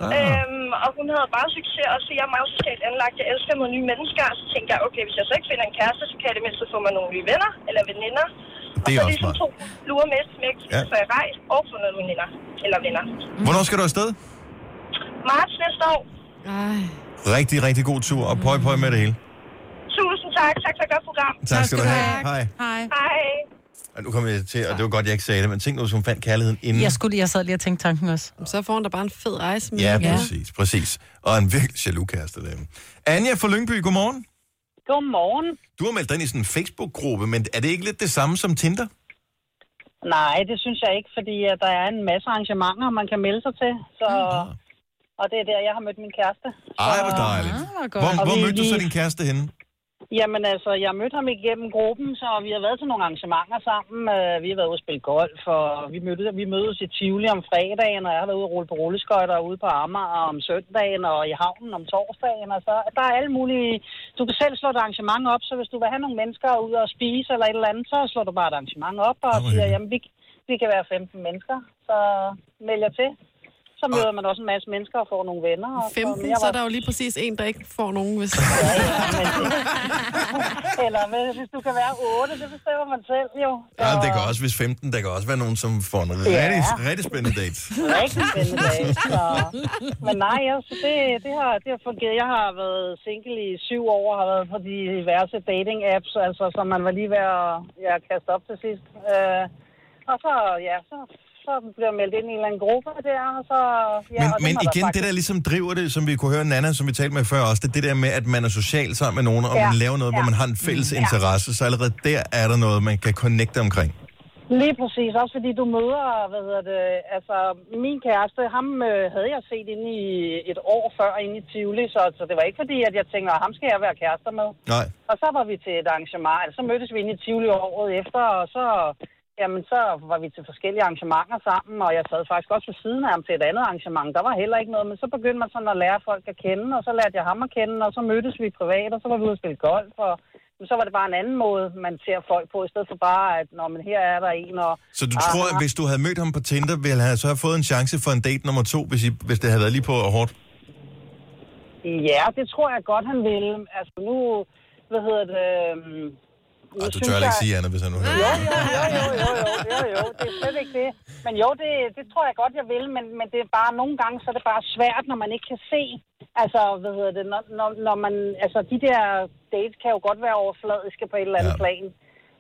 A: Ah.
I: Øhm, og hun havde bare succes, og så jeg er meget socialt anlagt. Jeg elsker at møde nye mennesker, og så tænkte jeg, okay, hvis jeg så ikke finder en kæreste, så kan jeg i det mindste få mig nogle nye venner eller veninder.
A: Det er
I: og så
A: også
I: ligesom
A: smart.
I: to lurer med et smæk,
A: Ja.
I: ja. så jeg rejst og fundet nogle veninder eller venner.
A: Hvornår skal du afsted?
I: Marts næste år.
B: Ej.
A: Rigtig, rigtig god tur, og pøj, pøj med det hele.
I: Tusind tak. Tak for et godt program.
A: Tak skal du have. Hej.
D: Hej.
I: Hej.
A: Og nu kommer jeg til, og det var godt, jeg ikke sagde det, men tænk nu, hvis hun fandt kærligheden inden.
D: Jeg skulle lige, jeg sad lige og tænkte tanken også.
B: Så får hun da bare en fed rejse.
A: Ja, præcis, præcis. Og en virkelig jaloux kæreste derhjemme. Anja fra Lyngby, godmorgen.
M: Godmorgen.
A: Du har meldt dig ind i sådan en Facebook-gruppe, men er det ikke lidt det samme som Tinder?
M: Nej, det synes jeg ikke, fordi at der er en masse arrangementer, man kan melde sig til. Så, og det er der, jeg har mødt min kæreste.
A: Ej, hvor dejligt.
M: Ah, hvor godt.
A: Hvor,
M: Og
A: hvor
M: vi-
A: mødte du så
M: vi-
A: din kæreste henne?
M: Jamen altså, jeg mødte ham igennem gruppen, så vi har været til nogle arrangementer sammen. Øh, Vi har været ude og spille golf, og vi, mødte, vi mødes i Tivoli om fredagen, og jeg har været ude og rulle på rulleskøjter ude på Amager om søndagen, og i havnen om torsdagen. Og så, der er alle mulige... Du kan selv slå et arrangement op, så hvis du vil have nogle mennesker ud og spise eller et eller andet, så slår du bare et arrangement op
B: Ah,
M: og siger, jamen vi, vi kan være 15 mennesker, så melder jeg til. Så møder man også en masse mennesker og får nogle venner. Og
B: 15,
M: mere
B: Ah. så er
M: var-
B: der jo lige præcis en, der ikke får nogen, hvis...
M: Eller hvad, hvis du kan være 8, det bestemmer man selv jo.
A: Ja, det kan også, hvis 15, der kan også være nogen, som får en
M: Ja.
A: rigtig, rigtig spændende date.
M: rigtig spændende dag. Så. Men nej, altså, det, det, har, det har fungeret. Jeg har været single i syv år, har været på de diverse dating-apps, altså, som man var lige ved at ja, kaste op til sidst. Øh, og så, ja, så, så blev jeg meldt ind i en eller anden gruppe der, og så... Ja,
A: Men,
M: og den
A: men
M: har der
A: igen, det
M: faktisk-
A: der ligesom driver det, som vi kunne høre Nana, som vi talte med før også, det er det der med, at man er social sammen med nogen, og
M: Ja.
A: man laver noget, hvor
M: Ja. Mm,
A: man har en fælles
M: Ja.
A: interesse, så allerede der er der noget, man kan connecte omkring.
M: Lige præcis, også fordi du møder, hvad hedder det, altså min kæreste, ham øh, havde jeg set inde i et år før inde i Tivoli, så, så det var ikke fordi, at jeg tænkte, "Nå, ham skal jeg være kærester med.
A: Nej.
M: Og så var vi til et arrangement, altså, så mødtes vi inde i Tivoli året efter, og så, jamen, så var vi til forskellige arrangementer sammen, og jeg sad faktisk også ved siden af ham til et andet arrangement. Der var heller ikke noget, men så begyndte man sådan at lære folk at kende, og så lærte jeg ham at kende, og så mødtes vi privat, og så var vi ude og spille golf, og men så var det bare en anden måde, man ser folk på, i stedet for bare, at når man her er der en, og...
A: Så du
M: og-
A: tror, at hvis du havde mødt ham på Tinder, ville han så have fået en chance for en date nummer to, hvis, I, hvis det havde været lige på og hårdt?
M: Ja, det tror jeg godt, han ville. Altså nu, hvad hedder det... øhm, nu
A: Ej, du
M: synes
A: tør heller ikke
M: jeg- Mm.
A: sige andet, hvis han nu hører
M: Jo, jo, jo, jo, jo, jo, jo, jo, det er slet ikke det. Men jo, det, det tror jeg godt, jeg vil, men, men det er bare, nogle gange, så er det bare svært, når man ikke kan se, Altså, hvad hedder det, når, når, når man, altså, de der dates kan jo godt være overfladiske på et eller andet ja. plan.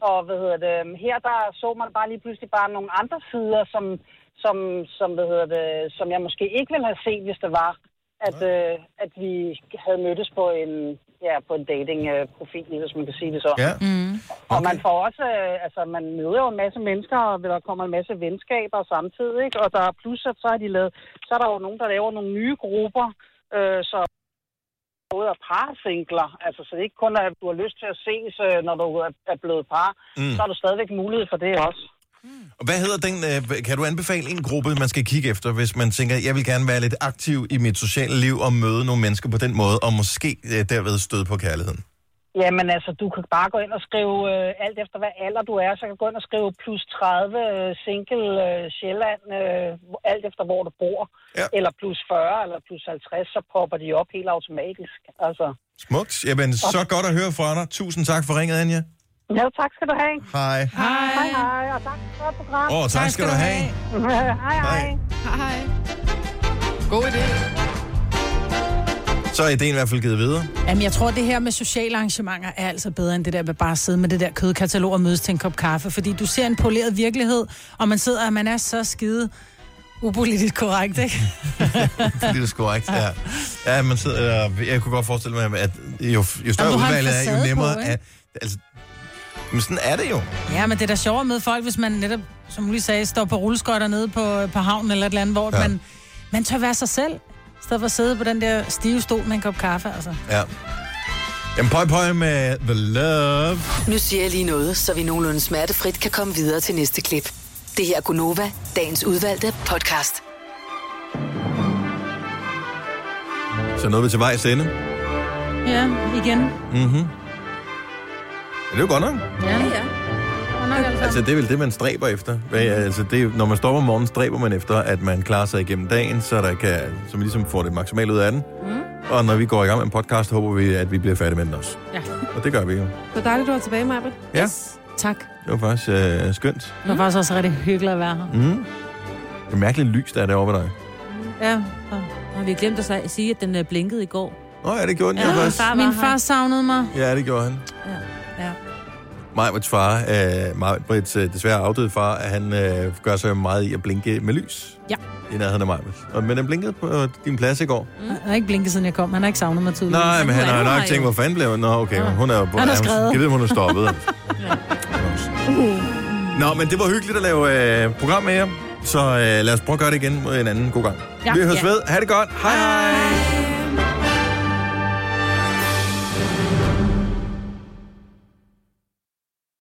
M: Og hvad hedder det, her der så man bare lige pludselig bare nogle andre sider, som, som, som, hvad hedder det, som jeg måske ikke ville have set, hvis det var, at, øh, at vi havde mødtes på en, ja, på en dating-profil, hvis man kan sige det sådan.
A: Ja.
M: Mm. Okay. Og man får også, øh, altså man møder jo en masse mennesker, og der kommer en masse venskaber samtidig, ikke? og der er plus, at så, har de lavet, så er der jo nogen, der laver nogle nye grupper, øh, så både er parsingler, altså så det ikke kun er, at du har lyst til at ses, øh, når du er, er blevet par,
A: Mm.
M: mm. så har du stadigvæk mulighed for det også.
A: Og Hvad hedder den? øh, Kan du anbefale en gruppe, man skal kigge efter, hvis man tænker, jeg vil gerne være lidt aktiv i mit sociale liv og møde nogle mennesker på den måde, og måske øh, derved støde på kærligheden?
M: Jamen altså, du kan bare gå ind og skrive øh, alt efter, hvad alder du er, så kan du gå ind og skrive plus 30 øh, single øh, Sjælland, øh, hvor- alt efter hvor du bor,
A: ja.
M: eller plus 40 eller plus 50, så popper de op helt automatisk. Altså.
A: Smukt. Jamen, så godt at høre fra dig. Tusind tak for ringet, Anja.
M: Ja, tak skal du have.
A: Hej.
M: Hej. Hej, hej, og tak for et program.
A: Åh, tak Tak skal skal du du have.
M: hej, hej.
B: Hej. God idé.
A: Så er ideen i hvert fald givet videre.
D: Jamen, jeg tror, det her med sociale arrangementer er altså bedre end det der med bare at sidde med det der kødkatalog og mødes til en kop kaffe. Fordi du ser en poleret virkelighed, og man sidder, og man er så skide upolitisk korrekt, ikke?
A: Fordi det er korrekt, ja. Ja, man sidder, øh, jeg kunne godt forestille mig, at jo, jo større
D: Jamen, du har en
A: udvalget er, jo
D: facade
A: nemmere
D: på, ikke?
A: er... Altså, men sådan er det jo.
D: Ja, men det er da sjovere at møde folk, hvis man netop, som du lige sagde, står på rulleskøjter nede på, på havnen eller et eller andet, hvor
A: Ja.
D: ja. man, man tør være sig selv, i stedet for at sidde på den der stive stol med en kop kaffe, altså.
A: Ja. Jamen, pøj, pøj med The Love.
F: Nu siger jeg lige noget, så vi nogenlunde smertefrit kan komme videre til næste klip. Det her er Gunova, dagens udvalgte podcast.
A: Så nåede vi til vejs ende.
D: Ja, igen.
A: Mhm. Ja, det er jo godt nok.
D: Ja, ja.
A: Altså, det er vel det, man stræber efter. Hvad- Altså, det, er jo- når man stopper om morgenen, stræber man efter, at man klarer sig igennem dagen, så, der kan, så man ligesom får det maksimalt ud af den. Mm. Og når vi går i gang med en podcast, håber vi, at vi bliver færdige med den også.
D: Ja.
A: Og det gør vi jo.
B: Det var dejligt, du var tilbage, Maja.
A: Ja.
D: Tak.
A: Det var faktisk øh, skønt.
D: Det var faktisk også rigtig hyggeligt at være her.
A: Mm. Det er mærkeligt lys, der er derovre ved dig.
D: Ja.
E: Og vi glemte at sige, at den øh, blinkede i går.
A: Nå ja, det gjorde den ja, jo faktisk.
D: Min far savnede mig.
A: Ja, det gjorde han.
D: Ja.
A: Majbrits far, øh, Majbrits øh, desværre afdøde far, han øh, gør sig jo meget i at blinke med lys
D: Ja.
A: i nærheden af Majbrits. Og- Men den blinkede på øh, din plads i går.
D: Han har ikke blinket, siden jeg kom. Han har ikke savnet mig tydeligt.
A: Nej, men han har jo nok tænkt, hvor fanden blev hun? Nå, okay, ja. hun er jo...
D: Han er skrevet.
A: Jeg ved, hun er stoppet. Mm. Nå, men det var hyggeligt at lave øh, program med jer. Så øh, lad os prøve at gøre det igen mod en anden god gang.
D: Ja.
A: Vi høres
D: Ja.
A: ved. Ha' det godt. Hej hej. hej.